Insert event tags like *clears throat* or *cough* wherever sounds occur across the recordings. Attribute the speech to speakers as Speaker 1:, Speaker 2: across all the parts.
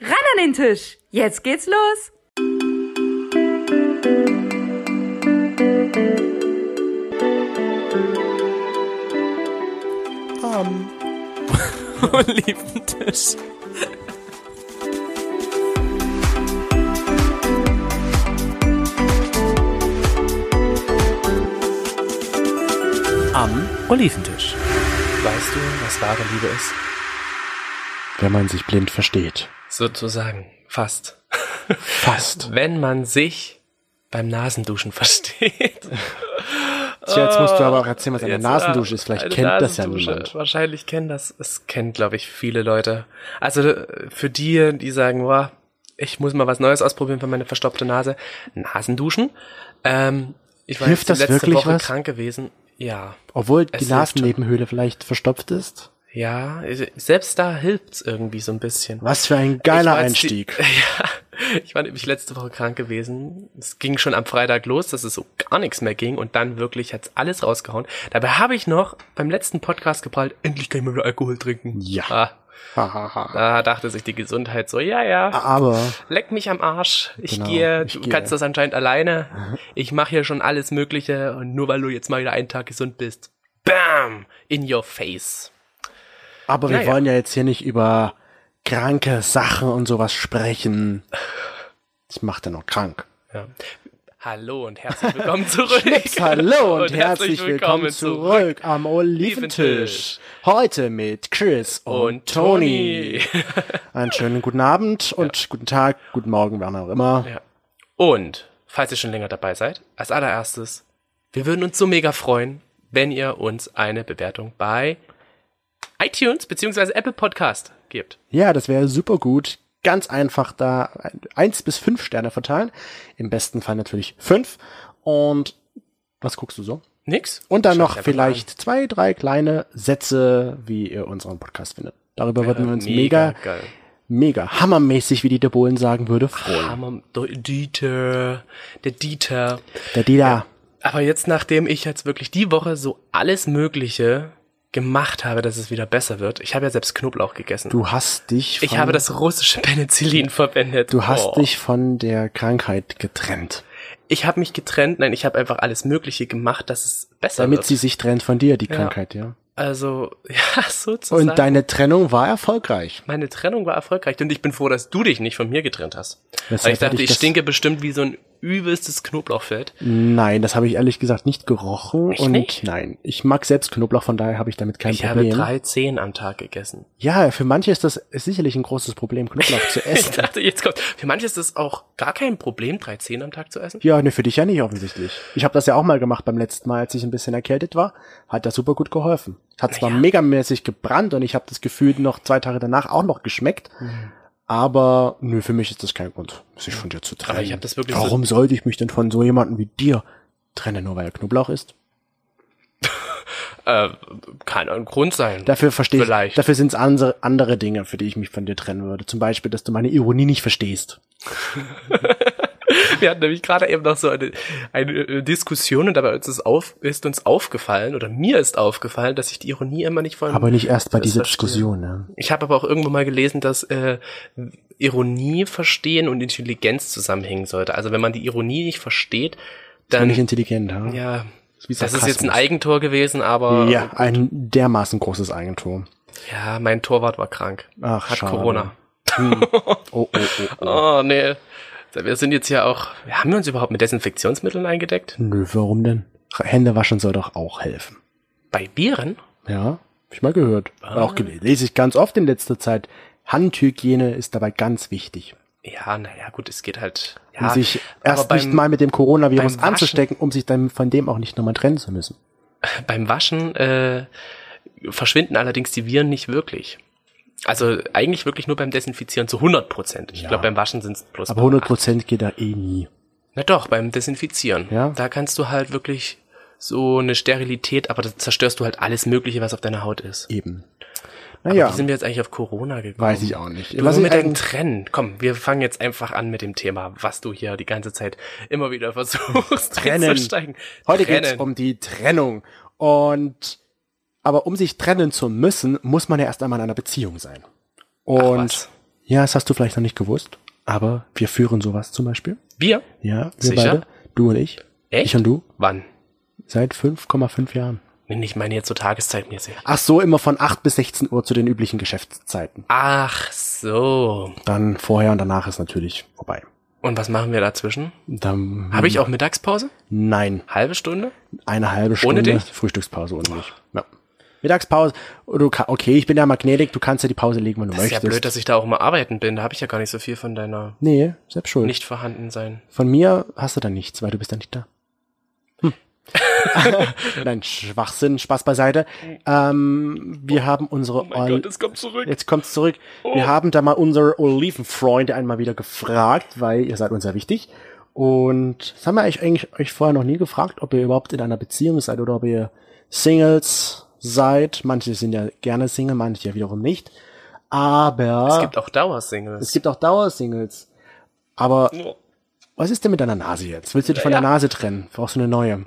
Speaker 1: an den Tisch. Jetzt geht's los.
Speaker 2: Oh, lieben Tisch. Am Oliventisch. Weißt du, was wahre Liebe ist?
Speaker 3: Wenn man sich blind versteht.
Speaker 2: Sozusagen. Fast.
Speaker 3: Fast.
Speaker 2: Wenn man sich beim Nasenduschen *laughs* versteht.
Speaker 3: Tja, jetzt musst du aber auch erzählen, was eine
Speaker 2: Jetzt,
Speaker 3: Nasendusche
Speaker 2: ah,
Speaker 3: ist. Vielleicht
Speaker 2: eine
Speaker 3: kennt das ja
Speaker 2: Nasendusche.
Speaker 3: niemand.
Speaker 2: Wahrscheinlich kennen das, es kennen, glaube ich, viele Leute. Also äh, für die, die sagen, wow, ich muss mal was Neues ausprobieren für meine verstopfte Nase, Nasenduschen. Ähm, ich war
Speaker 3: Hilft
Speaker 2: jetzt die
Speaker 3: das
Speaker 2: letzte
Speaker 3: wirklich
Speaker 2: Woche
Speaker 3: was?
Speaker 2: krank gewesen. Ja,
Speaker 3: Obwohl
Speaker 2: Es
Speaker 3: die
Speaker 2: hilft
Speaker 3: Nasennebenhöhle vielleicht verstopft ist.
Speaker 2: ja, ich- selbst da hilft's irgendwie so ein bisschen.
Speaker 3: Was für ein geiler
Speaker 2: Ich war jetzt die- *laughs*
Speaker 3: Einstieg.
Speaker 2: ja, ich war nämlich letzte Woche krank gewesen. Es ging schon am Freitag los, dass es so gar nichts mehr ging und dann wirklich hat's alles rausgehauen. Dabei habe ich noch beim letzten Podcast geprallt, endlich kann ich mal wieder Alkohol trinken.
Speaker 3: Ja.
Speaker 2: Ah,
Speaker 3: Hahaha.
Speaker 2: da dachte sich die Gesundheit so, ja, ja.
Speaker 3: aber
Speaker 2: Leck mich am Arsch. Ich
Speaker 3: Ah. Genau,
Speaker 2: gehe,
Speaker 3: ich
Speaker 2: du
Speaker 3: gehe. Mhm.
Speaker 2: kannst das anscheinend alleine. Ich mache hier schon alles Mögliche und nur weil du jetzt mal wieder einen Tag gesund bist. Bam! In your face.
Speaker 3: Aber wir
Speaker 2: Naja.
Speaker 3: wollen ja jetzt hier nicht über kranke Sachen und sowas sprechen. Das macht ja noch krank.
Speaker 2: Ja. Hallo und herzlich willkommen
Speaker 3: *laughs*
Speaker 2: zurück.
Speaker 3: Schnips, hallo und, herzlich willkommen zurück am Oliventisch.
Speaker 2: Oliventisch.
Speaker 3: Heute mit Chris und,
Speaker 2: Und
Speaker 3: Toni.
Speaker 2: Toni.
Speaker 3: Einen schönen guten Abend und guten Tag, guten Morgen, wann auch immer.
Speaker 2: Ja. *laughs* Und, falls ihr schon länger dabei seid, als allererstes, wir würden uns so mega freuen, wenn ihr uns eine Bewertung bei iTunes bzw. Apple Podcast gebt.
Speaker 3: Ja, das wäre super gut. Ganz einfach da eins bis fünf Sterne verteilen. Im besten Fall natürlich fünf. Und was guckst du so?
Speaker 2: Nix?
Speaker 3: Und dann
Speaker 2: Schaut
Speaker 3: noch
Speaker 2: einfach
Speaker 3: vielleicht zwei, drei kleine Sätze, wie ihr unseren Podcast findet. Darüber würden wir
Speaker 2: mal an.
Speaker 3: uns mega, mega,
Speaker 2: Äh, geil.
Speaker 3: hammermäßig, wie die De Bohlen sagen würde, freuen.
Speaker 2: Hammer, der Dieter, der Dieter.
Speaker 3: Der Dida.
Speaker 2: Aber jetzt, nachdem ich jetzt wirklich die Woche so alles Mögliche gemacht habe, dass es wieder besser wird, ich habe ja selbst Knoblauch gegessen.
Speaker 3: Du hast dich von,
Speaker 2: ich habe das russische Penicillin verwendet.
Speaker 3: du hast
Speaker 2: Oh.
Speaker 3: dich von der Krankheit getrennt.
Speaker 2: Ich habe mich getrennt. Nein, ich habe einfach alles Mögliche gemacht, dass es besser
Speaker 3: Damit
Speaker 2: wird.
Speaker 3: sie sich trennt von dir, die
Speaker 2: Ja.
Speaker 3: Krankheit, ja.
Speaker 2: also, *laughs* ja, sozusagen.
Speaker 3: Und deine Trennung war erfolgreich.
Speaker 2: Meine Trennung war erfolgreich und ich bin froh, dass du dich nicht von mir getrennt hast.
Speaker 3: Weshalb
Speaker 2: Weil ich
Speaker 3: hätte
Speaker 2: dachte,
Speaker 3: ich
Speaker 2: ich
Speaker 3: das-
Speaker 2: stinke bestimmt wie so ein übelstes Knoblauchfeld.
Speaker 3: Nein, das habe ich ehrlich gesagt nicht gerochen.
Speaker 2: Echt
Speaker 3: und
Speaker 2: nicht?
Speaker 3: nein, ich mag selbst Knoblauch, von daher habe ich damit kein
Speaker 2: Ich habe
Speaker 3: Problem.
Speaker 2: drei Zehen am Tag gegessen. *laughs*
Speaker 3: ja, für manche ist das ist sicherlich ein großes Problem, Knoblauch zu
Speaker 2: Ich
Speaker 3: essen.
Speaker 2: dachte, jetzt kommt. Für manche ist es auch gar kein Problem, drei Zehen am Tag zu essen.
Speaker 3: Ja, ne, für dich ja nicht offensichtlich. Ich habe das ja auch mal gemacht beim letzten Mal, als ich ein bisschen erkältet war. Hat das super gut geholfen. Hat zwar
Speaker 2: Naja.
Speaker 3: megamäßig gebrannt und ich habe das Gefühl noch zwei Tage danach auch noch geschmeckt.
Speaker 2: Mhm.
Speaker 3: Aber nö, für mich ist das kein Grund, sich von dir zu trennen.
Speaker 2: ich hab das wirklich so-
Speaker 3: Warum sollte ich mich denn von so jemandem wie dir trennen, nur weil er Knoblauch ist?
Speaker 2: Äh, kann ein Grund sein.
Speaker 3: Dafür verstehe ich,
Speaker 2: Vielleicht.
Speaker 3: dafür sind es andere, andere Dinge, für die ich mich von dir trennen würde. Zum Beispiel, dass du meine Ironie nicht verstehst.
Speaker 2: Wir hatten nämlich gerade eben noch so eine, eine äh, Diskussion und dabei ist, es auf, ist uns aufgefallen oder mir ist aufgefallen, dass ich die Ironie immer nicht voll.
Speaker 3: Aber nicht erst bei
Speaker 2: Das
Speaker 3: dieser
Speaker 2: verstehe.
Speaker 3: Diskussion. Ne?
Speaker 2: ich habe aber auch irgendwo mal gelesen, dass äh, Ironie verstehen und Intelligenz zusammenhängen sollte. Also wenn man die Ironie nicht versteht,
Speaker 3: Bin
Speaker 2: dann
Speaker 3: nicht intelligent, ja.
Speaker 2: ja,
Speaker 3: wie
Speaker 2: das ist jetzt ein
Speaker 3: Sarkasmus.
Speaker 2: Eigentor gewesen, aber
Speaker 3: Ja, ein dermaßen großes Eigentum.
Speaker 2: ja, mein Torwart war krank,
Speaker 3: Ach,
Speaker 2: hat
Speaker 3: schade.
Speaker 2: Corona.
Speaker 3: Oh, oh, oh,
Speaker 2: *laughs*
Speaker 3: oh.
Speaker 2: Oh, nee. Wir sind jetzt ja auch. Haben wir uns überhaupt mit Desinfektionsmitteln eingedeckt?
Speaker 3: Nö, warum denn? Hände waschen soll doch auch helfen.
Speaker 2: Bei Bieren?
Speaker 3: Ja, hab ich mal gehört.
Speaker 2: Ah.
Speaker 3: Auch gelesen. Lese ich ganz oft in letzter Zeit. Handhygiene ist dabei ganz wichtig.
Speaker 2: Ja, naja, gut, es geht halt.
Speaker 3: Um
Speaker 2: Ja,
Speaker 3: sich
Speaker 2: aber
Speaker 3: erst
Speaker 2: beim,
Speaker 3: nicht mal mit dem Coronavirus
Speaker 2: beim Waschen-
Speaker 3: anzustecken, um sich dann von dem auch nicht nochmal trennen zu müssen.
Speaker 2: Beim Waschen äh, verschwinden allerdings die Viren nicht wirklich. Also eigentlich wirklich nur beim Desinfizieren zu 100 Prozent. Ich
Speaker 3: Ja.
Speaker 2: glaube, beim Waschen sind es bloß.
Speaker 3: Aber 100% geht da eh nie.
Speaker 2: Na doch, beim Desinfizieren.
Speaker 3: Ja.
Speaker 2: Da kannst du halt wirklich so eine Sterilität, aber da zerstörst du halt alles Mögliche, was auf deiner Haut ist.
Speaker 3: Eben.
Speaker 2: Aber
Speaker 3: Naja,
Speaker 2: wie sind wir jetzt eigentlich auf Corona gekommen?
Speaker 3: weiß ich auch nicht.
Speaker 2: Du
Speaker 3: Was
Speaker 2: was
Speaker 3: ich
Speaker 2: mit deinen
Speaker 3: eigentlich,
Speaker 2: Trennen. Komm, wir fangen jetzt einfach an mit dem Thema, was du hier die ganze Zeit immer wieder *laughs* versuchst
Speaker 3: Trennen.
Speaker 2: einzusteigen.
Speaker 3: heute
Speaker 2: Trennen.
Speaker 3: geht's um die Trennung. Und aber um sich trennen zu müssen, muss man ja erst einmal in einer Beziehung sein.
Speaker 2: Ach,
Speaker 3: Und
Speaker 2: was.
Speaker 3: Ja, das hast du vielleicht noch nicht gewusst, aber wir führen sowas zum Beispiel.
Speaker 2: Wir?
Speaker 3: Ja, wir
Speaker 2: Sicher?
Speaker 3: beide. Du und ich.
Speaker 2: Echt?
Speaker 3: Ich und du.
Speaker 2: Wann?
Speaker 3: Seit 5,5 Jahren.
Speaker 2: Nee, Ich meine jetzt so tageszeitmäßig.
Speaker 3: Ach so, immer von 8 bis 16 Uhr zu den üblichen Geschäftszeiten.
Speaker 2: Ach so.
Speaker 3: Dann vorher und danach ist natürlich vorbei.
Speaker 2: Und was machen wir dazwischen?
Speaker 3: Dann
Speaker 2: Habe ich auch Mittagspause?
Speaker 3: Nein,
Speaker 2: Halbe Stunde?
Speaker 3: eine halbe Stunde
Speaker 2: dich? Ah.
Speaker 3: Frühstückspause ohne mich. Ja. Mittagspause. Du ka- okay, ich bin ja Magnetik, du kannst ja die Pause legen, wenn du
Speaker 2: Das ist ja
Speaker 3: möchtest.
Speaker 2: blöd, dass ich da auch immer arbeiten bin. Da habe ich ja gar nicht so viel von deiner
Speaker 3: nee, selbst schuld.
Speaker 2: nicht vorhanden sein.
Speaker 3: Von mir hast du dann nichts, weil du bist ja nicht da.
Speaker 2: *laughs*
Speaker 3: Hm. *laughs* Nein, Schwachsinn, Spaß beiseite. Ähm,
Speaker 2: Oh
Speaker 3: wir haben unsere All-
Speaker 2: es kommt zurück. Oh.
Speaker 3: Jetzt kommt's zurück. Wir haben da mal unsere Olivenfreunde einmal wieder gefragt, weil ihr seid uns ja wichtig. Und das haben wir euch eigentlich euch vorher noch nie gefragt, ob ihr überhaupt in einer Beziehung seid oder ob ihr Singles seid. Manche sind ja gerne Single, manche ja wiederum nicht. Aber
Speaker 2: Es gibt auch Dauersingles.
Speaker 3: es gibt auch Dauersingles. Aber was ist denn mit deiner Nase jetzt? Willst du dich von der Nase trennen? Brauchst du
Speaker 2: *laughs*
Speaker 3: eine neue?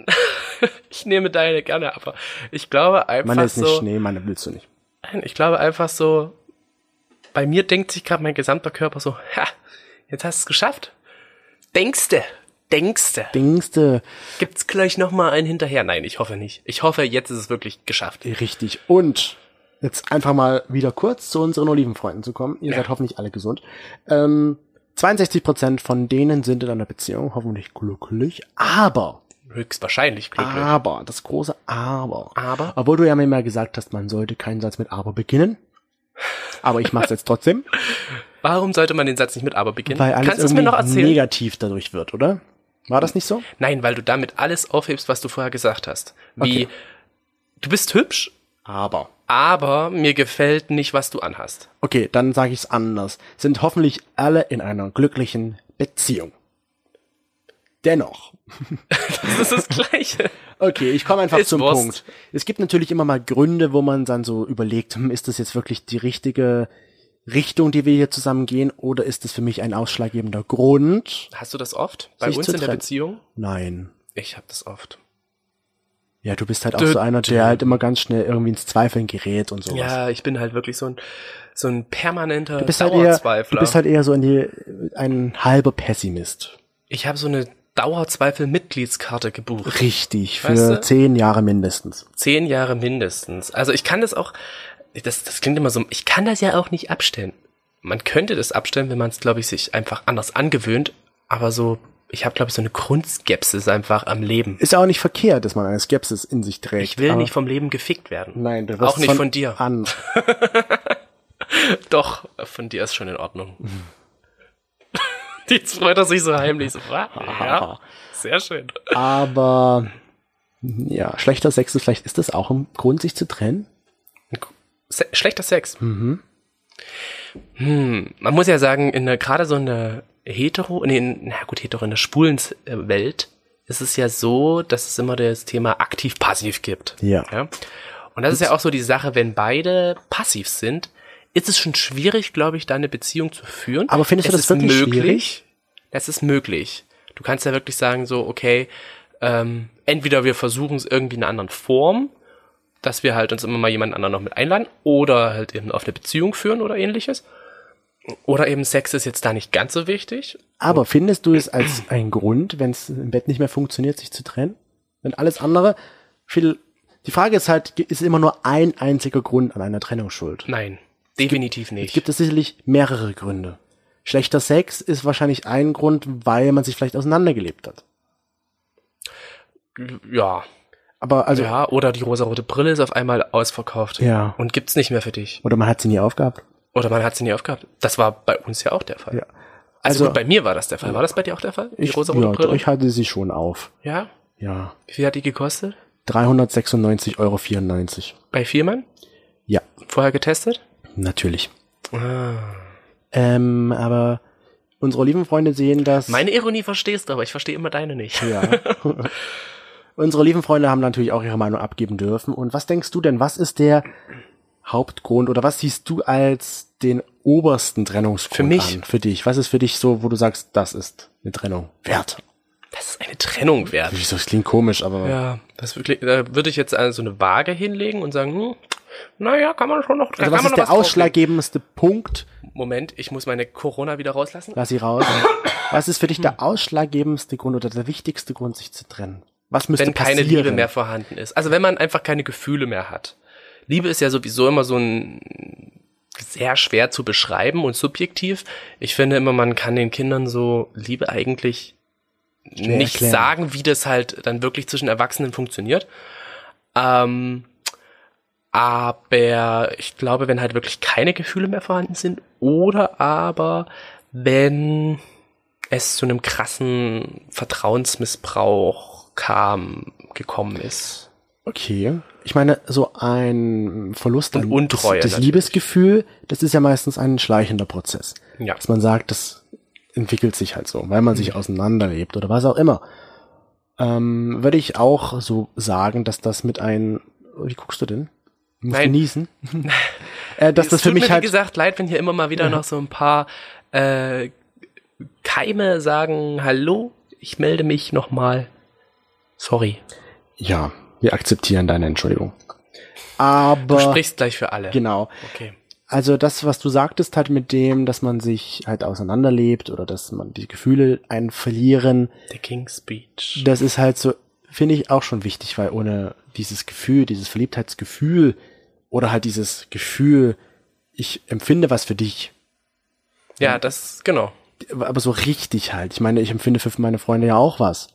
Speaker 2: Ich nehme deine gerne, aber ich glaube einfach
Speaker 3: Meine ist nicht
Speaker 2: so.
Speaker 3: Schnee, meine willst du nicht.
Speaker 2: Nein, ich glaube einfach so. Bei mir denkt sich gerade mein gesamter Körper so, ha, jetzt hast du es geschafft. Denkste, denkste.
Speaker 3: Dingste.
Speaker 2: Gibt's gleich noch mal einen hinterher? Nein, ich hoffe nicht. Ich hoffe, jetzt ist es wirklich geschafft.
Speaker 3: Richtig. Und jetzt einfach mal wieder kurz zu unseren Olivenfreunden zu kommen. Ihr
Speaker 2: Ja.
Speaker 3: seid hoffentlich alle gesund. Ähm, 62% von denen sind in einer Beziehung, hoffentlich glücklich. Aber,
Speaker 2: Höchstwahrscheinlich glücklich.
Speaker 3: aber, das große Aber.
Speaker 2: Aber?
Speaker 3: Obwohl du ja mir mal gesagt hast, man sollte keinen Satz mit Aber beginnen. Aber ich mach's
Speaker 2: *laughs*
Speaker 3: jetzt trotzdem,
Speaker 2: Warum sollte man den Satz nicht mit aber beginnen?
Speaker 3: weil alles
Speaker 2: Kannst du es mir
Speaker 3: irgendwie
Speaker 2: noch erzählen?
Speaker 3: negativ dadurch wird, oder? War das nicht so?
Speaker 2: Nein, weil du damit alles aufhebst, was du vorher gesagt hast. Wie,
Speaker 3: Okay.
Speaker 2: du bist hübsch,
Speaker 3: Aber.
Speaker 2: aber mir gefällt nicht, was du anhast.
Speaker 3: Okay, dann sage ich's anders. Sind hoffentlich alle in einer glücklichen Beziehung. Dennoch.
Speaker 2: Das ist das *laughs* Gleiche.
Speaker 3: Okay, ich komme einfach
Speaker 2: Ist
Speaker 3: zum
Speaker 2: Wurst.
Speaker 3: Punkt. Es gibt natürlich immer mal Gründe, wo man dann so überlegt, hm, ist das jetzt wirklich die richtige Richtung, die wir hier zusammen gehen, oder ist das für mich ein ausschlaggebender Grund?
Speaker 2: Hast du das oft? Bei
Speaker 3: Sich
Speaker 2: uns
Speaker 3: zu
Speaker 2: in der
Speaker 3: trennen.
Speaker 2: Beziehung?
Speaker 3: Nein.
Speaker 2: Ich habe das oft.
Speaker 3: Ja, du bist halt auch
Speaker 2: Dö-
Speaker 3: so einer, der halt immer ganz schnell irgendwie ins Zweifeln gerät und sowas.
Speaker 2: Ja, ich bin halt wirklich so ein, so ein permanenter
Speaker 3: du bist halt eher, du
Speaker 2: Dauerzweifler.
Speaker 3: bist halt eher so in die, ein halber Pessimist.
Speaker 2: ich habe so eine Dauerzweifel-Mitgliedskarte gebucht.
Speaker 3: Richtig, für
Speaker 2: Weißt du?
Speaker 3: zehn Jahre mindestens.
Speaker 2: Zehn Jahre mindestens. Also ich kann das auch, das, das klingt immer so, ich kann das ja auch nicht abstellen. Man könnte das abstellen, wenn man es, glaube ich, sich einfach anders angewöhnt, aber so, ich habe, glaube ich, so eine Grundskepsis einfach am Leben.
Speaker 3: Ist ja auch nicht verkehrt, dass man eine Skepsis in sich trägt.
Speaker 2: Ich will
Speaker 3: aber-
Speaker 2: nicht vom Leben gefickt werden.
Speaker 3: Nein, du wirst Ah.
Speaker 2: Auch nicht von, dir.
Speaker 3: An.
Speaker 2: Doch, von dir ist schon in Ordnung. *laughs* Jetzt freut er sich so heimlich. So, ah,
Speaker 3: *laughs*
Speaker 2: ja, sehr schön.
Speaker 3: Aber ja, schlechter Sex ist vielleicht, ist das auch ein Grund, sich zu trennen?
Speaker 2: Se schlechter Sex. Hm, man muss ja sagen, in der, gerade so in der hetero, nee, in, na gut, hetero, in der schwulen Z- äh, Welt ist es ja so, dass es immer das Thema aktiv-passiv gibt.
Speaker 3: Ja.
Speaker 2: Und das ist ja auch so die Sache, wenn beide passiv sind, ist es schon schwierig, glaube ich, da eine Beziehung zu führen.
Speaker 3: Aber findest du
Speaker 2: es
Speaker 3: das wirklich schwierig?
Speaker 2: Es ist möglich. Du kannst ja wirklich sagen, so, okay, ähm, entweder wir versuchen es irgendwie in einer anderen Form, dass wir halt uns immer mal jemand anderen noch mit einladen oder halt eben auf eine Beziehung führen oder ähnliches. Oder eben Sex ist jetzt da nicht ganz so wichtig.
Speaker 3: Aber findest du es als einen Grund, wenn es im Bett nicht mehr funktioniert, sich zu trennen? Wenn alles andere viel. Die Frage ist halt, ge- ist immer nur ein einziger Grund an einer Trennung schuld?
Speaker 2: Nein, definitiv nicht.
Speaker 3: Gibt es sicherlich mehrere Gründe. Schlechter Sex ist wahrscheinlich ein Grund, weil man sich vielleicht auseinandergelebt hat.
Speaker 2: ja.
Speaker 3: Aber also,
Speaker 2: Ja, oder die rosarote Brille ist auf einmal ausverkauft.
Speaker 3: Ja.
Speaker 2: Und gibt's nicht mehr für dich.
Speaker 3: oder man hat sie nie aufgehabt.
Speaker 2: Oder man hat sie nie aufgehabt. Das war bei uns ja auch der Fall.
Speaker 3: Ja.
Speaker 2: Also,
Speaker 3: Also-
Speaker 2: gut, bei mir war das der Fall. War das bei dir auch der Fall? Die
Speaker 3: Ich,
Speaker 2: rosarote
Speaker 3: ja,
Speaker 2: Brille?
Speaker 3: ich hatte sie schon auf.
Speaker 2: Ja.
Speaker 3: Ja.
Speaker 2: Wie viel hat die gekostet?
Speaker 3: 396,94 Euro.
Speaker 2: Bei Viermann?
Speaker 3: Ja,
Speaker 2: Vorher getestet?
Speaker 3: natürlich.
Speaker 2: Ah.
Speaker 3: Ähm, aber unsere Olivenfreunde sehen das.
Speaker 2: Meine Ironie verstehst du, aber ich verstehe immer deine nicht.
Speaker 3: ja. unsere Olivenfreunde haben natürlich auch ihre Meinung abgeben dürfen. Und was denkst du denn, was ist der Hauptgrund oder was siehst du als den obersten Trennungsgrund
Speaker 2: Für mich?
Speaker 3: an? Für dich. Was ist für dich so, wo du sagst, das ist eine Trennung wert?
Speaker 2: Das ist eine Trennung wert.
Speaker 3: Wieso, das klingt komisch, aber also
Speaker 2: Ja, das wirklich, da würde ich jetzt also eine Waage hinlegen und sagen, hm, naja, kann man schon noch.
Speaker 3: Also
Speaker 2: kann man
Speaker 3: was ist
Speaker 2: noch
Speaker 3: der
Speaker 2: drauflegen.
Speaker 3: ausschlaggebendste Punkt?
Speaker 2: Moment, ich muss meine Corona wieder rauslassen.
Speaker 3: Lass sie raus. was ist für dich der ausschlaggebendste Grund oder der wichtigste Grund, sich zu trennen? Was müsste
Speaker 2: wenn
Speaker 3: passieren?
Speaker 2: keine Liebe mehr vorhanden ist. Also wenn man einfach keine Gefühle mehr hat. Liebe ist ja sowieso immer so ein sehr schwer zu beschreiben und subjektiv. Ich finde immer, man kann den Kindern so Liebe eigentlich
Speaker 3: Schwer
Speaker 2: nicht
Speaker 3: erklären.
Speaker 2: sagen, wie das halt dann wirklich zwischen Erwachsenen funktioniert. Ähm, aber ich glaube, wenn halt wirklich keine Gefühle mehr vorhanden sind oder aber wenn es zu einem krassen Vertrauensmissbrauch kam, gekommen ist.
Speaker 3: Okay. Ich meine, so ein Verlust
Speaker 2: Und
Speaker 3: an-
Speaker 2: Untreue
Speaker 3: des, des
Speaker 2: natürlich.
Speaker 3: Liebesgefühl, das ist ja meistens ein schleichender Prozess.
Speaker 2: Ja.
Speaker 3: Dass man sagt, das entwickelt sich halt so, weil man
Speaker 2: Mhm.
Speaker 3: sich auseinanderlebt oder was auch immer. Ähm, würde ich auch so sagen, dass das mit ein, wie guckst du denn? Muss
Speaker 2: Nein. *laughs*
Speaker 3: genießen. äh, dass
Speaker 2: es
Speaker 3: das für
Speaker 2: tut
Speaker 3: mich
Speaker 2: mir,
Speaker 3: halt
Speaker 2: wie gesagt, leid, wenn hier immer mal wieder noch so ein paar äh, Keime sagen, hallo, ich melde mich nochmal. Sorry.
Speaker 3: Ja, wir akzeptieren deine Entschuldigung. Aber
Speaker 2: Du sprichst gleich für alle.
Speaker 3: genau.
Speaker 2: Okay.
Speaker 3: Also das, was du sagtest, halt mit dem, dass man sich halt auseinanderlebt oder dass man die Gefühle einen verlieren,
Speaker 2: Der King's Speech.
Speaker 3: das ist halt so, finde ich auch schon wichtig, weil ohne dieses Gefühl, dieses Verliebtheitsgefühl oder halt dieses Gefühl, ich empfinde was für dich,
Speaker 2: Ja, das, genau.
Speaker 3: aber so richtig halt. Ich meine, ich empfinde für meine Freunde ja auch was.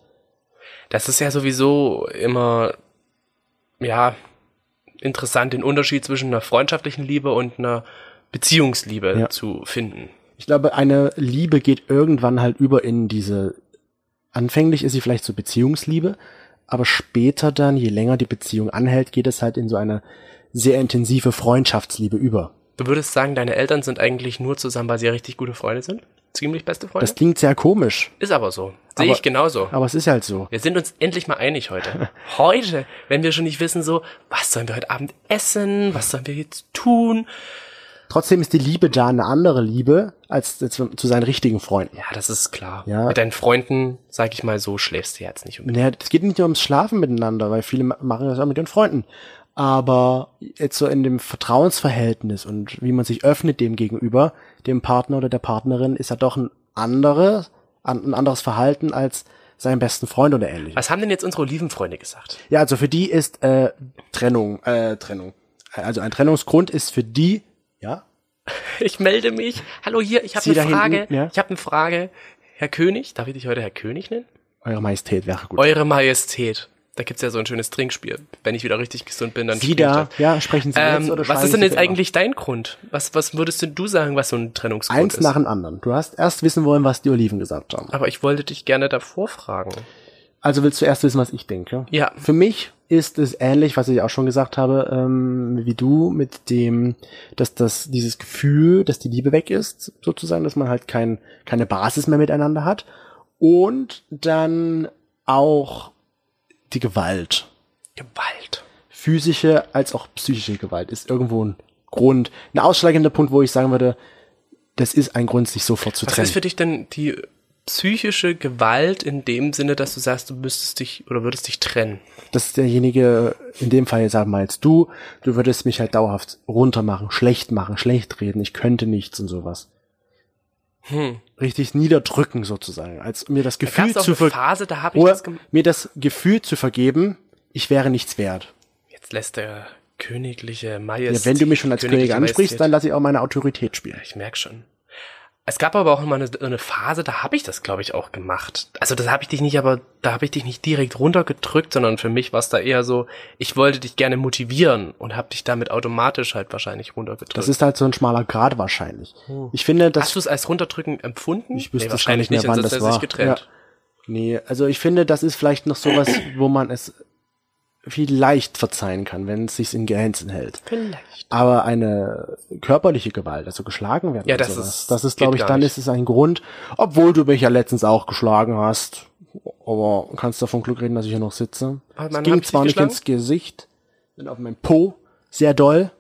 Speaker 2: Das ist ja sowieso immer, ja, interessant, den Unterschied zwischen einer freundschaftlichen Liebe und einer Beziehungsliebe
Speaker 3: Ja.
Speaker 2: zu finden.
Speaker 3: Ich glaube, eine Liebe geht irgendwann halt über in diese. Anfänglich ist sie vielleicht so Beziehungsliebe, aber später dann, je länger die Beziehung anhält, geht es halt in so eine sehr intensive Freundschaftsliebe über.
Speaker 2: Du würdest sagen, deine Eltern sind eigentlich nur zusammen, weil sie richtig gute Freunde sind? Ziemlich beste Freunde?
Speaker 3: Das klingt sehr komisch,
Speaker 2: ist aber so. Sehe
Speaker 3: Aber-
Speaker 2: ich genauso.
Speaker 3: aber es ist halt so.
Speaker 2: Wir sind uns endlich mal einig
Speaker 3: *laughs*
Speaker 2: heute. Heute, wenn wir schon nicht wissen, so, was sollen wir heute Abend essen? Was sollen wir jetzt tun?
Speaker 3: Trotzdem ist die Liebe da eine andere Liebe als zu zu seinen richtigen Freunden.
Speaker 2: Ja, das ist klar.
Speaker 3: Ja.
Speaker 2: Mit deinen Freunden, sag ich mal so, schläfst du jetzt nicht unbedingt.
Speaker 3: Naja, es geht nicht nur ums Schlafen miteinander, weil viele ma- machen das auch mit ihren Freunden. Aber jetzt so in dem Vertrauensverhältnis und wie man sich öffnet dem gegenüber, dem Partner oder der Partnerin, ist ja doch ein anderes, an- ein anderes Verhalten als seinen besten Freund oder ähnliches.
Speaker 2: Was haben denn jetzt unsere Olivenfreunde gesagt?
Speaker 3: Ja, also für die ist äh, Trennung, äh, Trennung. Also ein Trennungsgrund ist für die, ja,
Speaker 2: Ich melde mich. Hallo hier, ich habe
Speaker 3: Sie
Speaker 2: eine
Speaker 3: da
Speaker 2: Frage.
Speaker 3: hinten, ja?
Speaker 2: Ich habe eine Frage. Herr König, darf ich dich heute Herr König nennen?
Speaker 3: Eure Majestät wäre gut.
Speaker 2: Eure Majestät. Da gibt's ja so ein schönes Trinkspiel. Wenn ich wieder richtig gesund bin, dann
Speaker 3: Sie
Speaker 2: spiel ich
Speaker 3: da,
Speaker 2: das.
Speaker 3: ja, sprechen Sie jetzt
Speaker 2: Ähm,
Speaker 3: oder
Speaker 2: was
Speaker 3: schweigen
Speaker 2: ist denn
Speaker 3: Sie
Speaker 2: jetzt
Speaker 3: für immer?
Speaker 2: eigentlich dein Grund? Was, was würdest denn du sagen, was so ein Trennungsgrund
Speaker 3: Eins
Speaker 2: ist?
Speaker 3: nach dem anderen. Du hast erst wissen wollen, was die Oliven gesagt haben.
Speaker 2: Aber ich wollte dich gerne davor fragen.
Speaker 3: Also willst du erst wissen, was ich denke?
Speaker 2: Ja.
Speaker 3: Für mich ist es ähnlich, was ich auch schon gesagt habe, ähm, wie du mit dem, dass das dieses Gefühl, dass die Liebe weg ist, sozusagen, dass man halt kein, keine Basis mehr miteinander hat und dann auch die Gewalt,
Speaker 2: Gewalt.
Speaker 3: physische als auch psychische Gewalt ist irgendwo ein Grund, ein ausschlaggebender Punkt, wo ich sagen würde, das ist ein Grund, sich sofort zu
Speaker 2: Was
Speaker 3: trennen.
Speaker 2: ist für dich denn die psychische Gewalt in dem Sinne, dass du sagst, du müsstest dich oder würdest dich trennen?
Speaker 3: dass derjenige, in dem Fall, sagen wir mal jetzt du, du würdest mich halt dauerhaft runtermachen, schlecht machen, schlecht reden, ich könnte nichts und sowas.
Speaker 2: Hm.
Speaker 3: Richtig niederdrücken sozusagen, als mir das Gefühl
Speaker 2: Gab's auch
Speaker 3: zu
Speaker 2: eine
Speaker 3: ver
Speaker 2: Phase, da habe ich
Speaker 3: oder
Speaker 2: das gemacht.
Speaker 3: mir das Gefühl zu vergeben, ich wäre nichts wert.
Speaker 2: Jetzt lässt der königliche
Speaker 3: Ja,
Speaker 2: Majestät.
Speaker 3: wenn du mich schon als König
Speaker 2: königliche
Speaker 3: ansprichst,
Speaker 2: Majestät-
Speaker 3: dann lasse ich auch meine Autorität spielen.
Speaker 2: Ich merk schon. Es gab aber auch mal eine, eine Phase, da habe ich das, glaube ich, auch gemacht. Also das habe ich dich nicht, aber da habe ich dich nicht direkt runtergedrückt, sondern für mich war es da eher so, ich wollte dich gerne motivieren und habe dich damit automatisch halt wahrscheinlich runtergedrückt.
Speaker 3: Das ist halt so ein schmaler Grad wahrscheinlich. Ich finde, das
Speaker 2: Hast du es als runterdrücken empfunden?
Speaker 3: Ich wüsste es gar
Speaker 2: wahrscheinlich
Speaker 3: nicht mehr, wann
Speaker 2: sonst
Speaker 3: das
Speaker 2: hätte er sich
Speaker 3: war.
Speaker 2: getrennt.
Speaker 3: Nee, also ich finde, das ist vielleicht noch sowas, wo man es vielleicht verzeihen kann, wenn es sich in Grenzen hält.
Speaker 2: Vielleicht.
Speaker 3: Aber eine körperliche Gewalt, also geschlagen werden,
Speaker 2: Ja,
Speaker 3: und
Speaker 2: das
Speaker 3: sowas,
Speaker 2: ist-
Speaker 3: das ist,
Speaker 2: geht
Speaker 3: glaube ich,
Speaker 2: gar
Speaker 3: dann
Speaker 2: nicht.
Speaker 3: ist es ein Grund, obwohl du mich ja letztens auch geschlagen hast. Aber kannst davon Glück reden, dass ich hier noch sitze.
Speaker 2: Aber
Speaker 3: Es
Speaker 2: man
Speaker 3: ging
Speaker 2: hat dich
Speaker 3: zwar nicht
Speaker 2: geschlagen?
Speaker 3: ins Gesicht, sondern auf meinen Po, sehr doll,